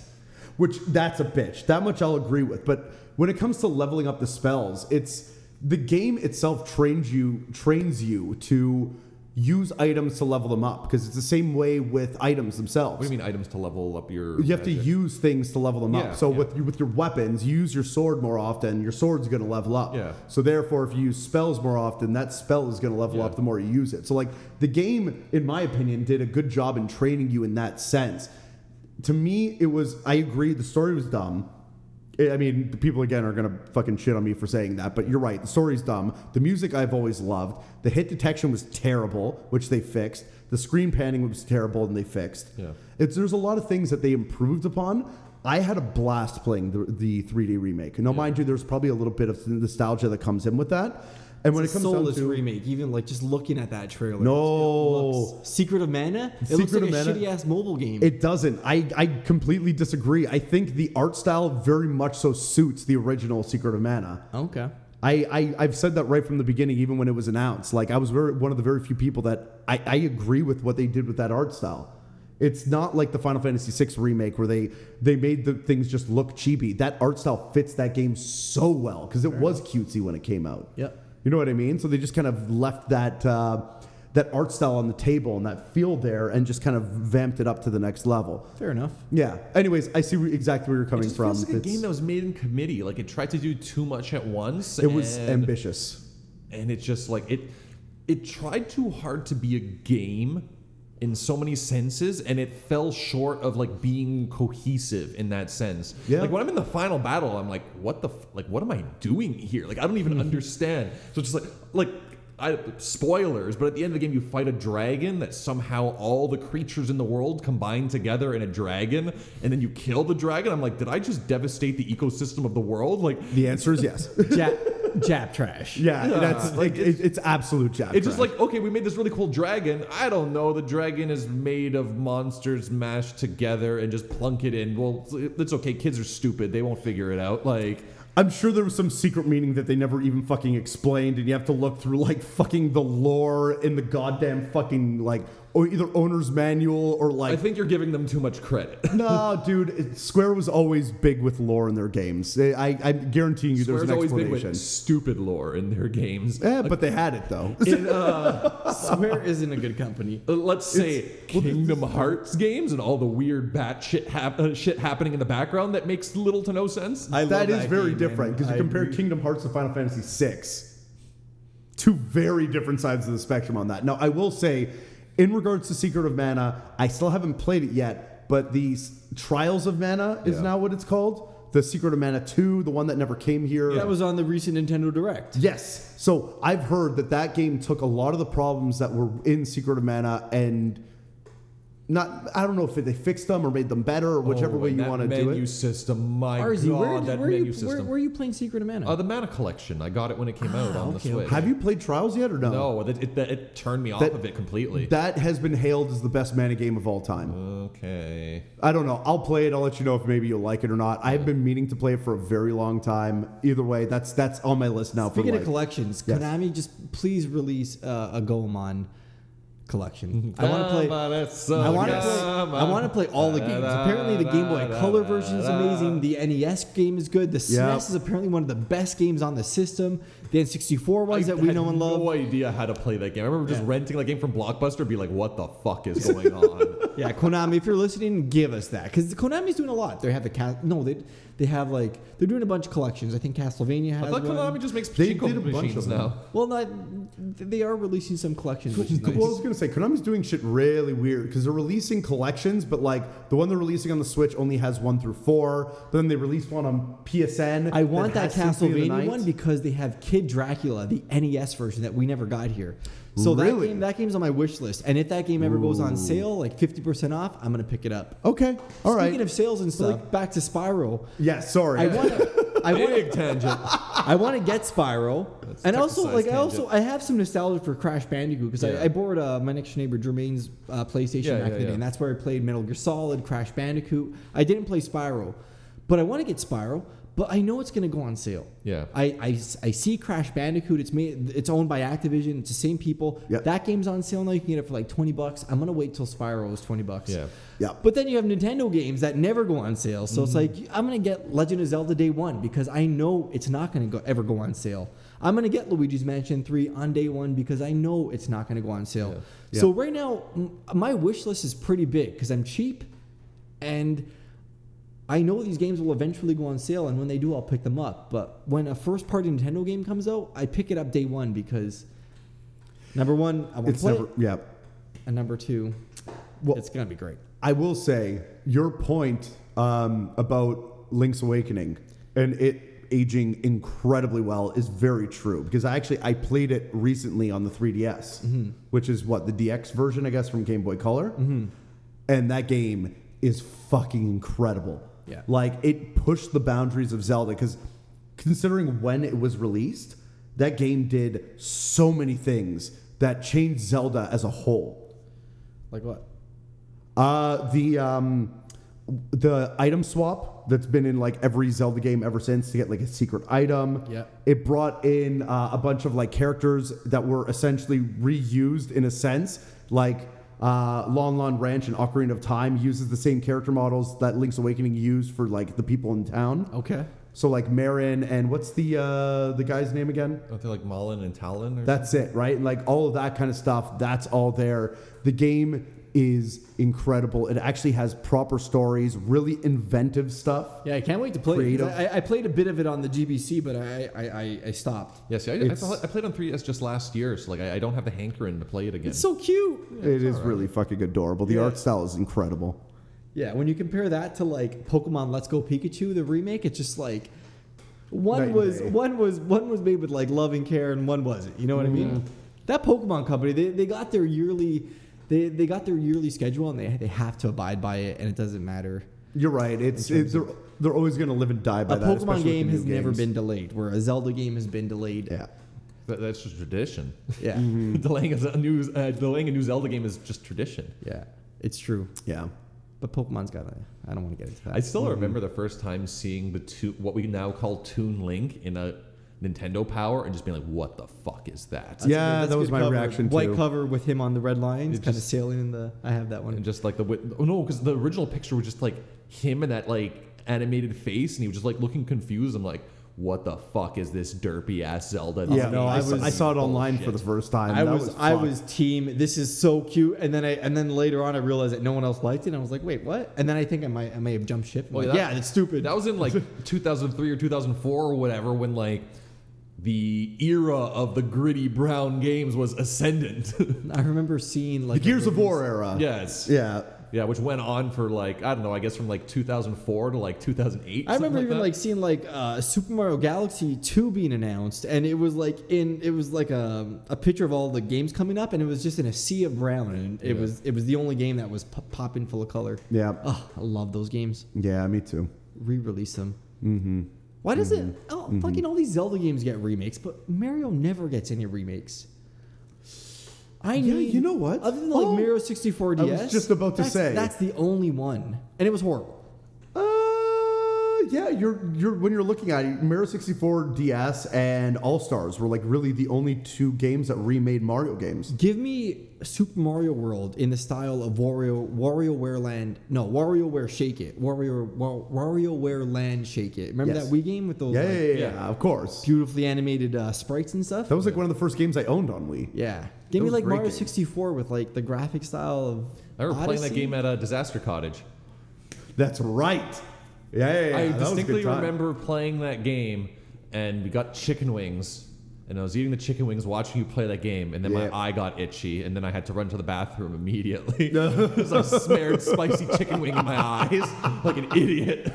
A: which that's a bitch. That much I'll agree with. But when it comes to leveling up the spells, it's the game itself trains you trains you to use items to level them up because it's the same way with items themselves.
B: What do you mean items to level up your
A: You have to
B: magic?
A: use things to level them
B: Yeah,
A: up. So
B: yeah.
A: with with your weapons, you use your sword more often. Your sword's going to level up.
B: Yeah.
A: So therefore, if you use spells more often, that spell is going to level
B: Yeah.
A: up the more you use it. So like the game, in my opinion, did a good job in training you in that sense. To me, it was. I agree. The story was dumb. I I mean, the people again are gonna fucking shit on me for saying that, but you're right. The story's dumb. The music I've always loved. The hit detection was terrible, which they fixed. The screen panning was terrible, and they fixed.
B: Yeah.
A: It's there's a lot of things that they improved upon. I had a blast playing the, the 3D remake. Now, mind you, there's probably a little bit of nostalgia that comes in with that. And when it
C: It's a
A: comes down
C: soulless
A: to
C: remake, even like just looking at that trailer.
A: No.
C: it looks- Secret of Mana. It looks
A: Secret
C: like a
A: of Mana-
C: shitty ass mobile game.
A: It doesn't. I, I completely disagree. I think the art style very much so suits the original Secret of Mana.
C: okay.
A: I, I I've said that right from the beginning, even when it was announced. Like I was very, one of the very few people that I, I agree with what they did with that art style. It's not like the Final Fantasy VI remake where they they made the things just look cheapy. That art style fits that game so well because it was cutesy when it came out.
C: Yep.
A: You know what I mean? So they just kind of left that uh, that art style on the table and that feel there, and just kind of vamped it up to the next level.
C: Fair enough.
A: Yeah. Anyways, I see where- exactly where you're
B: It
A: coming
B: just
A: from.
B: feels like a
A: It's-
B: game that was made in committee. Like it tried to do too much at once.
A: it was
B: and,
A: ambitious.
B: and it's just like it. It tried too hard to be a game in so many senses, and it fell short of like being cohesive in that sense.
A: Yeah.
B: Like when I'm in the final battle, I'm like, what the f- like? What am I doing here? Like I don't even understand. So it's just like like. I, spoilers, but at the end of the game, you fight a dragon that somehow all the creatures in the world combine together in a dragon, and then you kill the dragon. I'm like, did I just devastate the ecosystem of the world? Like,
A: The answer is yes.
C: Jap, Jap trash.
A: yeah,
B: Yeah,
A: that's
B: like,
A: like it's, it's absolute jab.
B: It's just like, okay, we made this really cool dragon. I don't know. The dragon is made of monsters mashed together and just plunk it in. Well, it's okay. Kids are stupid. They won't figure it out. Like,
A: I'm sure there was some secret meaning that they never even fucking explained, and you have to look through like fucking the lore in the goddamn fucking like or either owner's manual or
B: I
A: like.
B: think you're giving them too much credit.
A: no, dude, it- Square was always big with lore in their games. They- I, I'm guaranteeing you
B: Square's
A: there's an
B: always been
A: explanation.
B: with stupid lore in their games.
A: yeah, but they had it though.
B: In, uh,
C: Square isn't a good company.
B: let's say Kingdom Hearts games and all the weird bat shit, hap- uh, shit happening in the background that makes little to no sense.
C: I
A: that is very
C: game, man.
A: different because you
C: I
A: compare
C: agree.
A: Kingdom Hearts to Final Fantasy VI. Two very different sides of the spectrum on that. Now, I will say, in regards to Secret of Mana, I still haven't played it yet, but the s- Trials of Mana is
B: Yeah.
A: now what it's called. The Secret of Mana 2, the one that never came here.
C: That was on the recent Nintendo Direct.
A: Yes. So I've heard that that game took a lot of the problems that were in Secret of Mana and not, I don't know if they fixed them or made them better or whichever
B: Oh,
A: way
B: and
A: you
B: that
A: want to do
B: Menu
A: it.
B: system, my
C: Arzy,
B: god,
C: where,
B: that
C: where, are
B: menu
C: you, where,
B: system.
C: where are you playing Secret of Mana?
B: uh, the Mana Collection. I got it when it came out on
C: okay,
B: the Switch.
C: okay.
A: Have you played Trials yet or no?
B: No, that it, that it turned me off
A: That-
B: of it completely.
A: That has been hailed as the best mana game of all time.
B: okay.
A: I don't know. I'll play it. I'll let you know if maybe you'll like it or not. I've been meaning to play it for a very long time. Either way, that's that's on my list now
C: Speaking of
A: for like,
C: collections,
A: Yes.
C: Konami just please release uh, a Goemon collection. I want to play. I want to play. I want to play all the games. Apparently, the Game Boy Color version is amazing. The NES game is good. The SNES
A: Yeah.
C: is apparently one of the best games on the system. The N64
B: I
C: ones that we
B: had
C: know and love.
B: No idea how to play that game. I remember just
C: Yeah.
B: renting that game from Blockbuster. and Be like, what the fuck is going on?
C: Yeah, Konami, if you're listening, give us that because Konami's doing a lot. They have the cast. No, they they have like they're doing a bunch of collections. I think Castlevania has
B: I thought
C: one.
B: Konami just makes
A: They
B: pachinko
A: did a bunch
B: machines
A: of them.
B: now.
C: Well, not, they are releasing some collections, which is nice.
A: Well, I was gonna say Konami's doing shit really weird because they're releasing collections, but like the one they're releasing on the Switch only has one through four. But then they released one on PSN.
C: I want that,
A: has Symphony of the
C: Castlevania
A: Night.
C: one because they have Kid Dracula, the NES version that we never got here. So that
A: Really?
C: game that game's on my wish list, and if that game ever goes on sale, like fifty percent off, I'm gonna pick it up.
A: Okay, all right.
C: Speaking of sales and stuff, back to Spyro.
A: yeah, sorry.
C: I want I
B: Big
C: want
B: tangent.
C: I want to get Spyro,
B: That's
C: and also
B: Texas-sized
C: like I
B: tangent.
C: also I have some nostalgia for Crash Bandicoot because
B: Yeah.
C: I, I borrowed uh, my next neighbor Jermaine's uh, PlayStation
B: Yeah,
C: back in
B: yeah,
C: the day,
B: yeah.
C: and that's where I played Metal Gear Solid, Crash Bandicoot. I didn't play Spyro, but I want to get Spyro. But I know it's going to go on sale.
B: Yeah.
C: I, I s- I see Crash Bandicoot. It's made. It's owned by Activision. It's the same people.
A: Yeah.
C: That game's on sale now. You can get it for like twenty bucks. I'm gonna wait till Spyro is twenty bucks.
B: Yeah.
A: Yeah. Mm-hmm.
C: But then you have Nintendo games that never go on sale. So it's like I'm gonna get Legend of Zelda Day One because I know it's not gonna go, ever go on sale. I'm gonna get Luigi's Mansion Three on Day One because I know it's not gonna go on sale.
A: Yeah.
C: So right now, m- my wish list is pretty big because I'm cheap, and I know these games will eventually go on sale, and when they do, I'll pick them up. But when a first party Nintendo game comes out, I pick it up day one because number one, I want to
A: it's
C: play,
A: never.
C: it,
A: Yeah.
C: and number two,
A: Well,
C: it's gonna be great.
A: I will say your point um, about Link's Awakening and it aging incredibly well is very true because I actually I played it recently on the 3DS, which is what the DX version I guess from Game Boy Color, and that game is fucking incredible.
C: Yeah.
A: like it pushed the boundaries of Zelda because considering when it was released, that game did so many things that changed Zelda as a whole.
C: Like what?
A: Uh, the um, the item swap that's been in like every Zelda game ever since to get like a secret item.
C: Yeah.
A: It brought in uh, a bunch of like characters that were essentially reused in a sense, like Uh, Lon Lon Ranch and Ocarina of Time uses the same character models that Link's Awakening used for like the people in town.
C: Oh.
B: Okay.
A: So like Marin and what's the uh, the guy's name again?
B: Don't they like Mullen and Talon? Or
A: That's it, right? Like all of that kind of stuff, that's all there. The game is incredible. It actually has proper stories, really inventive stuff.
C: Yeah, I can't wait to play. it.
A: Creative.
C: 'cause I, I played a bit of it on the GBC, but I I, I, I stopped.
B: Yeah, see, I, I,
A: It's-
B: pl- I played on 3DS just last year, so like I, I don't have the hankering to play it again.
C: It's so cute.
A: it is really fucking adorable. The
C: Yeah.
A: art style is incredible.
C: Yeah, when you compare that to like Pokemon Let's Go Pikachu, the remake, it's just like one
A: Night and
C: was
A: day.
C: one was one was made with like love and care, and one wasn't. You know what I mean?
A: Mm-hmm.
C: That Pokemon company, they, they got their yearly they, they got their yearly schedule, and they they have to abide by it, and it doesn't matter.
A: You're right. It's, it's they're, they're always going to live and die by
C: a
A: that. especially
C: Pokemon
A: with the
C: game
A: new
C: has never
A: games.
C: been delayed, where a Zelda game has been delayed.
A: Yeah. Mm-hmm.
B: That- that's just tradition.
C: yeah,
B: delaying a z- new uh, delaying a new Zelda game is just tradition.
C: yeah. It's true.
A: Yeah.
C: But Pokemon's got. a- I don't want to get into that.
B: I
A: Mm-hmm.
B: still remember the first time seeing the two, what we now call Toon Link in a Nintendo Power, and just being like, "What the fuck is that?"
A: Yeah. that
C: a
A: was
C: good
A: my
C: cover.
A: reaction,
C: White
A: too.
C: cover with him on the red lines,
B: It
C: kind of
B: just-
C: sailing in the. I have that one.
B: And just like the wit- oh no, because the original picture was just like him and that like animated face, and he was just like looking confused. I'm like, "What the fuck is this derpy ass Zelda?"
A: Yeah.
C: no,
A: I,
C: I
A: saw-
C: was-
A: I saw it online for the first time.
C: I
A: That
C: was, I
A: fun.
C: was team. This is so cute. And then I and then later on I realized that no one else liked it. And I was like, wait, what? And then I think I might I may have jumped ship. I'm
B: Oh,
C: like,
B: that-
C: yeah, it's stupid.
B: That was in like 2003 or 2004 or whatever when like the era of the gritty brown games was ascendant.
C: I remember seeing
A: the
C: like
A: Gears of War era.
B: yes.
A: Yeah.
B: Yeah, which went on for like I don't know, I guess from like 2004 to like 2008.
C: I remember
B: something
C: even
B: like
C: like seeing like uh, Super Mario Galaxy Two being announced, and it was like in it was like um, a, a picture of all the games coming up, and it was just in a sea of brown, and it
B: Yeah.
C: was it was the only game that was p- popping full of color.
A: Yeah.
C: Oh, I love those games.
A: Yeah. Me too.
C: re-release them. Mm-hmm. Why does it?
A: Mm-hmm.
C: Oh, fucking all these Zelda games get remakes, but Mario never gets any remakes. I
A: Yeah,
C: need
A: you know what?
C: Other than like
A: Oh,
C: Mario 64
A: I was
C: DS,
A: just about to
C: that's-
A: say.
C: that's the only one, and it was horrible.
A: Uh, yeah, you're you're when you're looking at it, Mario 64 DS and All Stars were like really the only two games that remade Mario games.
C: Give me Super Mario World in the style of Wario WarioWare Land. No, WarioWare Shake It. Wario Wa- WarioWare Land Shake It. Remember
A: Yes.
C: that Wii game with those
A: Yeah,
C: like,
A: yeah, yeah, yeah,
B: yeah.
A: of course.
C: beautifully animated uh, sprites and stuff?
A: That was like one of the first games I owned on Wii.
C: Yeah. Give me
A: was
C: like
A: great
C: Mario
A: game.
C: 64 with like the graphic style of.
B: I remember playing that
C: Odyssey.
B: game at a Disaster Cottage.
A: That's right. Yeah, yeah, yeah.
B: I
A: that was a good
B: distinctly
A: time.
B: remember playing that game and we got chicken wings and I was eating the chicken wings watching you play that game and then
A: Yeah.
B: my eye got itchy and then I had to run to the bathroom immediately. Because I smeared spicy chicken wing in my eyes like an idiot.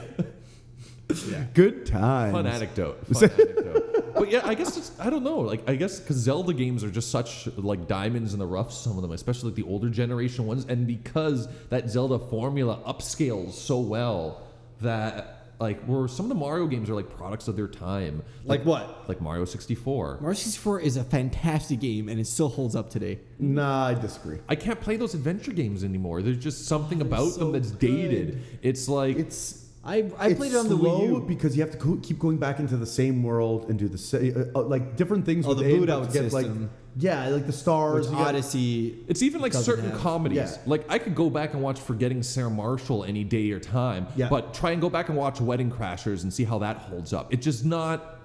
A: Good times.
B: Fun anecdote. Fun anecdote. But yeah, I guess it's, I don't know. Like I guess because Zelda games are just such like diamonds in the rough. Some of them, especially like the older generation ones, and because that Zelda formula upscales so well that like where some of the Mario games are like products of their time.
C: Like what?
B: Like Mario sixty four.
C: Mario 64 is a fantastic game and it still holds up today.
A: Nah, I disagree.
B: I can't play those adventure games anymore. There's just something about
C: so
B: them that's dated. It's like
A: It's
C: I, I
A: it's
C: played it on the
A: slow
C: Wii U.
A: because you have to co- keep going back into the same world and do the same uh, uh, like different things.
C: Oh,
A: with
C: the
A: aid,
C: boot
A: but you
C: out
A: get,
C: system.
A: Like, yeah, like the stars.
C: Which
A: you got-
C: Odyssey.
B: It's even like
C: doesn't
B: certain
C: have.
B: comedies.
A: Yeah.
B: Like I could go back and watch Forgetting Sarah Marshall any day or time,
A: Yeah.
B: but try and go back and watch Wedding Crashers and see how that holds up. It's just not.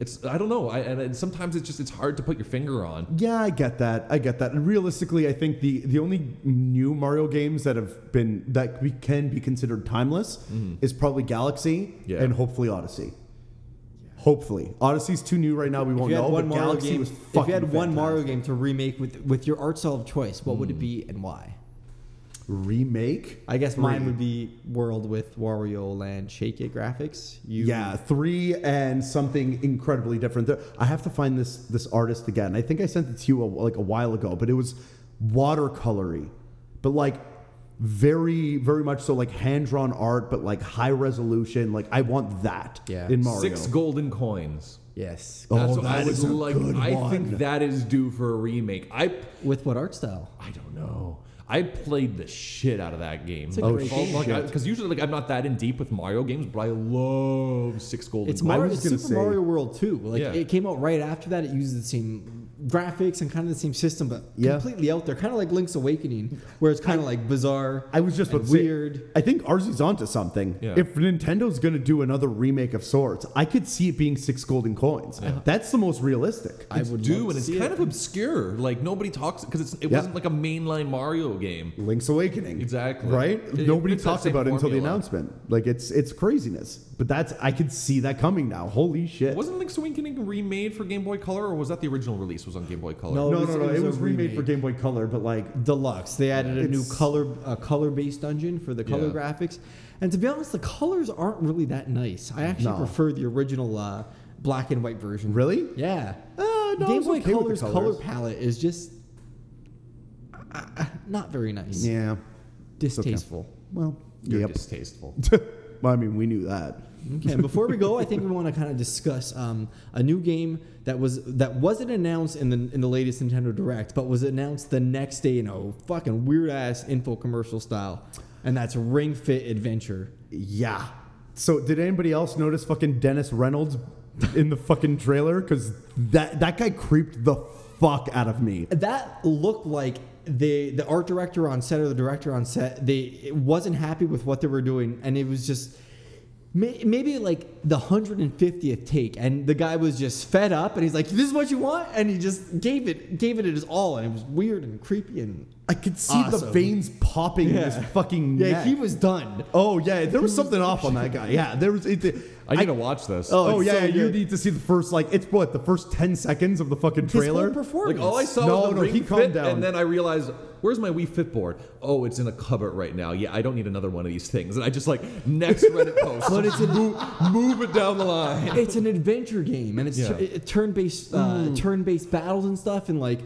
B: It's I don't know. I, and, and sometimes it's just it's hard to put your finger on.
A: Yeah, I get that. I get that. And realistically, I think the the only new Mario games that have been that we can be considered timeless
C: Mm-hmm.
A: is probably Galaxy
B: Yeah.
A: and hopefully Odyssey. Hopefully, Odyssey's too new right now. We
C: If
A: won't
C: you had
A: know.
C: one
A: but
C: Mario
A: Galaxy
C: game,
A: was
C: if
A: fucking.
C: you had one
A: fantastic. Hmm.
C: Mario game to remake with with your art style of choice, what would it be and why?
A: remake,
C: I guess mine
A: Three.
C: would be World with Wario Land Shake It graphics. You,
A: Yeah, three and something incredibly different. There- I have to find this this artist again. I think I sent it to you a, like a while ago, but it was watercolory, but like very very much so like hand drawn art, but like high resolution. Like I want that
C: Yeah.
A: in Mario.
B: Six golden coins.
C: Yes.
A: Oh,
B: That's what
A: that
B: I would
A: is a
B: like.
A: good
B: I
A: one.
B: think that is due for a remake. I
C: With what art style?
B: I don't know. I played the shit out of that game.
C: a great
A: Oh,
C: game.
B: Because usually, like, I'm not that in deep with Mario games, but I love Six Golden.
C: It's
B: Coins.
C: Mario,
A: was
C: it's
A: gonna
C: Super
A: say-
C: Mario World 2. Like
B: Yeah.
C: it came out right after that. It uses the same graphics and kind of the same system, but
A: Yeah.
C: completely out there. Kind of like Link's Awakening, where it's kind of like bizarre.
A: I was just
C: and
A: about to say,
C: weird.
A: I think Arzy's onto something.
B: Yeah.
A: If Nintendo's going to do another remake of Swords, I could see it being six golden coins. That's the most realistic.
C: I would
B: do,
C: love
B: and
C: to
B: it's
C: see
B: kind
C: it.
B: of obscure. Like nobody talks because it's it
A: Yeah.
B: wasn't like a mainline Mario game.
A: Link's Awakening,
B: Exactly.
A: right?
B: It-
A: Nobody
B: it's that
A: talked
B: same
A: about it until the
B: formula.
A: announcement. Like it's it's craziness. But that's I could see that coming now. Holy shit!
B: Wasn't Link's Awakening remade for Game Boy Color, or was that the original release was on Game Boy Color?
C: No.
A: no,
C: it was-
A: no, no. It was,
C: a
A: remade for
C: remake.
A: Game Boy Color, but like uh,
C: deluxe. They added a new
A: It's-
C: color uh, color based dungeon for the color
B: Yeah.
C: graphics, and to be honest, the colors aren't really that nice. I actually
A: No.
C: prefer the original uh, black and white version.
A: really.
C: Yeah.
A: Uh, no, I
C: Game
A: was
C: Boy
A: okay with the
C: Color's color
A: colors.
C: palette is just uh, uh, not very nice.
A: Yeah.
C: Distasteful.
A: Well.
B: You're
A: yep.
B: distasteful.
A: well, I mean, we knew that.
C: Okay. and before we go, I think we want to kind of discuss um, a new game that was that wasn't announced in the in the latest Nintendo Direct, but was announced the next day in a fucking weird ass info commercial style, and that's Ring Fit Adventure.
A: Yeah. So did anybody else notice fucking Dennis Reynolds in the fucking trailer? Because that that guy creeped the fuck out of me.
C: That looked like the the art director on set or the director on set they wasn't happy with what they were doing, and it was just. may- Maybe like the 150th take, and the guy was just fed up, and he's like, "This is what you want," and he just gave it, gave it his all, and it was weird and creepy and
A: I could see the
C: Awesome.
A: veins popping in his
C: Yeah.
A: fucking
C: Yeah,
A: neck.
C: he was done.
A: Oh yeah, there was something off on that guy. Yeah, there was. It,
B: I need to watch this.
C: Oh,
A: oh
C: it's
A: yeah,
C: so
A: you
C: good.
A: need to see the first like it's what the first ten seconds of the fucking trailer.
C: His whole performance.
B: Like all I saw
A: No,
B: was the
A: no,
B: Ring
A: he calmed
B: Fit,
A: down.
B: and then I realized, where's my Wii Fit board? Oh, it's in a cupboard right now. Yeah, I don't need another one of these things. And I just like next Reddit post,
C: But it's
B: move, move it down the line.
C: it's an adventure game, and it's
B: Yeah.
C: tur- it- turn-based, uh, turn-based battles and stuff, and like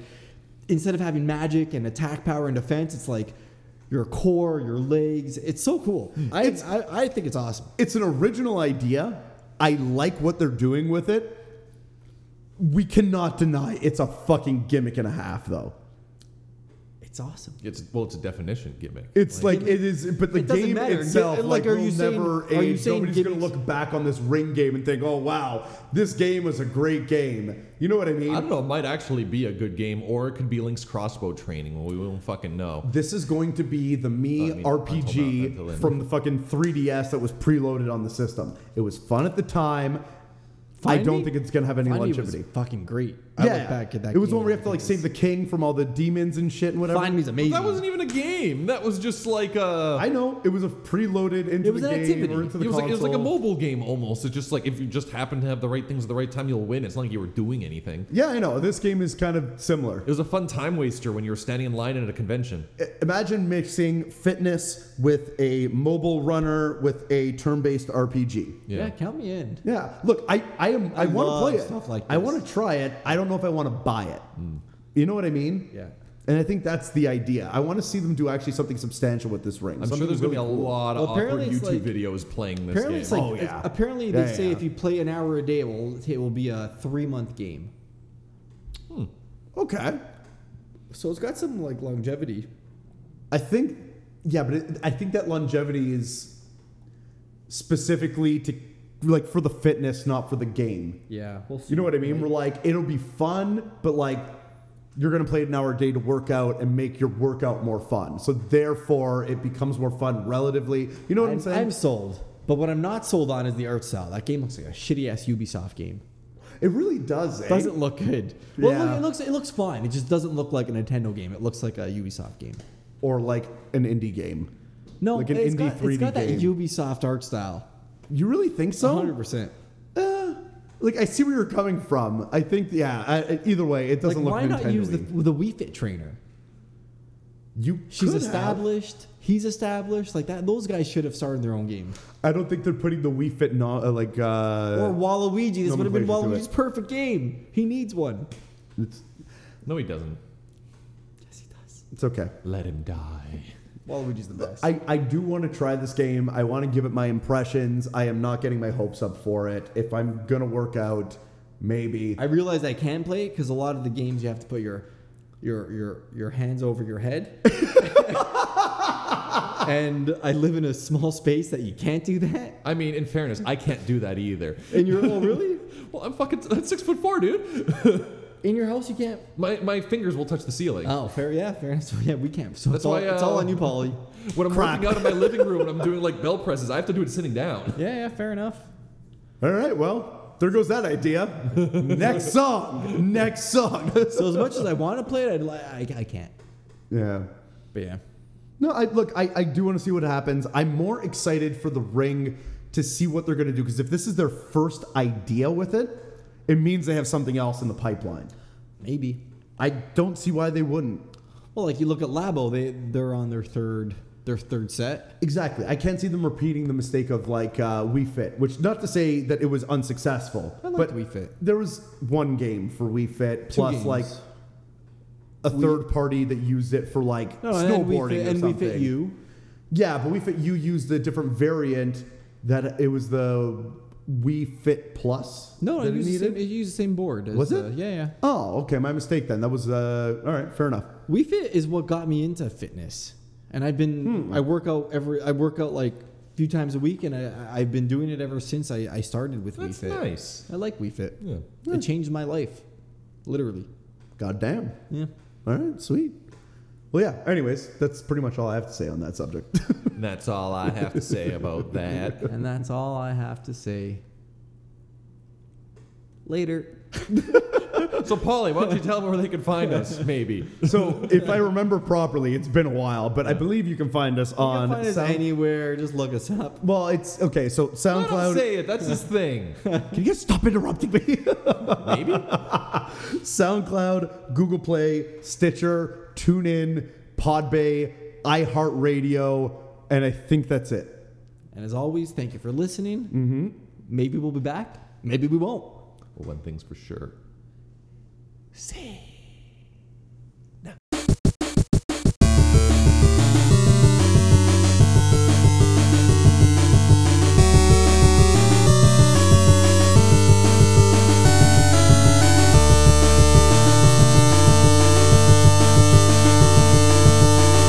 C: instead of having magic and attack power and defense, it's like your core, your legs. It's so cool. I, I I think it's awesome.
A: it's an original idea. I like what they're doing with it. We cannot deny it's a fucking gimmick and a half, though.
C: It's awesome.
B: It's well, it's a definition gimmick.
A: It's like, it is, but the
C: It doesn't
A: game
C: matter. Gi-
A: itself, like,
C: like, are
A: will
C: you saying-
A: never
C: are you
A: age.
C: saying
A: Nobody's gonna
C: gimmicks-
A: look back on this ring game and think, "Oh wow, this game was a great game." You know what I mean?
B: I don't know. It might actually be a good game, or it could be Link's crossbow training. We won't fucking know.
A: This is going to be the me
B: I mean, until now, until
A: RPG
B: then.
A: from the fucking 3DS that was preloaded on the system. It was fun at the time. I don't
C: Finally-
A: think it's gonna have any
C: Find Me
A: longevity.
C: was fucking great. I look back at that.
A: it was
C: game
A: one where you
C: and
A: have to
C: I
A: like
C: think
A: save the king from all the demons and shit and
C: it was-
A: whatever.
C: Find Me's amazing.
B: That wasn't even a game. That was just like a.
A: I know it was a preloaded into
C: It was
A: the
C: an
A: game
C: activity.
A: or into the
B: It was, like, it was like a
A: console.
B: mobile game almost. It's just like if you just happen to have the right things at the right time, you'll win. It's not like you were doing anything.
A: Yeah, I know. This game is kind of similar.
B: It was a fun time waster when you were standing in line at a convention.
A: I- Imagine mixing fitness with a mobile runner with a turn-based RPG.
C: yeah. count me in.
A: Yeah, look, I I am I,
C: I love
A: want to play it.
C: stuff like
A: I
C: this.
A: want to try it. I don't know if I want to buy it. You know what I mean?
C: Yeah.
A: And I think that's the idea. I want to see them do actually something substantial with this ring.
B: I'm
A: Something
B: sure there's going to
A: really
B: be a
A: cool.
B: lot
C: Well,
B: of awkward
C: apparently it's
B: YouTube
C: like-
B: videos playing this
C: Apparently,
B: game.
C: it's like
A: Oh, yeah.
C: apparently
A: Yeah,
C: they say
A: yeah.
C: if you play an hour a day, it will it will be a three month game.
A: Okay.
C: So it's got some like longevity.
A: I think, yeah, but it, I think that longevity is specifically to like for the fitness, not for the game.
C: Yeah, we'll see.
A: You know what I mean? We're like, it'll be fun, but like, you're gonna play an hour a day to work out and make your workout more fun. So therefore, it becomes more fun relatively. You know what I'm,
C: I'm,
A: saying?
C: I'm sold. But what I'm not sold on is the art style. That game looks like a shitty ass Ubisoft game.
A: it really does. Eh?
C: Doesn't look good. Well,
A: Yeah.
C: look, it looks it looks fine. It just doesn't look like a Nintendo game. It looks like a Ubisoft game.
A: or like an indie game.
C: No,
A: Like
C: like
A: an indie
C: got, it's
A: 3D
C: got that
A: game.
C: Ubisoft art style.
A: You really think
C: Hundred
A: so?
C: percent.
A: Uh, like I see where you're coming from. I think yeah. I, I- either way, it
C: Like,
A: doesn't look.
C: why not use the
A: Nintendo-y.
C: the Wii Fit trainer?
A: You
C: She's
A: could have.
C: established. He's established. Like that. Those guys should have started their own game.
A: I don't think they're putting the Wii Fit no, uh, like
C: Or
A: uh,
C: Waluigi. This would have been
A: nomenclature to
C: Waluigi's
A: it.
C: perfect game. He needs one.
A: it's,
B: no, he doesn't.
C: Yes, he does.
A: it's okay.
B: Let him die.
C: Waluigi's the best.
A: I, I do want to try this game. I want to give it my impressions. I am not getting my hopes up for it. If I'm gonna work out, maybe.
C: I realized I can play it because a lot of the games you have to put your your your your hands over your head. and I live in a small space that you can't do that.
B: I mean, in fairness, I can't do that either.
C: And you're oh really?
B: Well, I'm fucking I'm six foot four, dude.
C: in your house you can't.
B: My, my fingers will touch the ceiling.
C: Oh, fair. Yeah, fair. So yeah, we can't. So
B: That's
C: it's all,
B: why,
C: it's all
B: uh,
C: on you, Polly.
B: when I'm
A: crap.
B: working out in my living room and I'm doing like bell presses, I have to do it sitting down.
C: Yeah, yeah, fair enough.
A: All right, well, there goes that idea. Next song. Next song.
C: So as much as I want to play it, I'd li- I, I can't.
A: yeah.
C: But yeah,
A: No, I look, I, I do want to see what happens. I'm more excited for the ring to see what they're going to do because if this is their first idea with it, it means they have something else in the pipeline.
C: maybe.
A: I don't see why they wouldn't.
C: Well, like you look at Labo, they they're on their third their third set.
A: Exactly. I can't see them repeating the mistake of like uh, We Fit, which not to say that it was unsuccessful.
C: I liked
A: but
C: Wii Fit.
A: There was one game for We Fit,
C: Two
A: plus
C: games.
A: like a third party that used it for like
C: and we
A: snowboarding
C: fit,
A: or
C: and we
A: something.
C: fit you.
A: Yeah, but We Fit You used a different variant that it was the We Fit Plus.
C: No,
A: that
C: it used, the same, it used the same board. As,
A: Was
C: uh,
A: it?
C: yeah, yeah.
A: Oh, okay. My mistake then. That was uh, all right. Fair enough.
C: We Fit is what got me into fitness, and I've been
A: Hmm.
C: I work out every I work out like a few times a week, and I I- I've been doing it ever since I, I started with
B: That's
C: We Fit.
B: nice.
C: I like We Fit.
B: Yeah.
C: It changed my life, literally.
A: God damn.
C: Yeah.
A: All right. Sweet. Well, yeah. Anyways, that's pretty much all I have to say on that subject.
B: That's all I have to say about that.
C: and that's all I have to say. Later.
B: So, Polly, why don't you tell them where they can find us? Maybe.
A: So, if I remember properly, it's been a while, but I believe you can find us on.
C: you can find us
A: Sound-
C: anywhere. Just look us up.
A: well, it's okay. So
B: Let him
A: SoundCloud.
B: say it. That's his thing.
A: Can you guys stop interrupting me?
B: Maybe.
A: SoundCloud, Google Play, Stitcher, TuneIn, Podbay, iHeartRadio, and I think that's it.
C: And as always, thank you for listening. Mm-hmm. Maybe we'll be back. Maybe we won't.
B: One thing's for sure.
C: Say.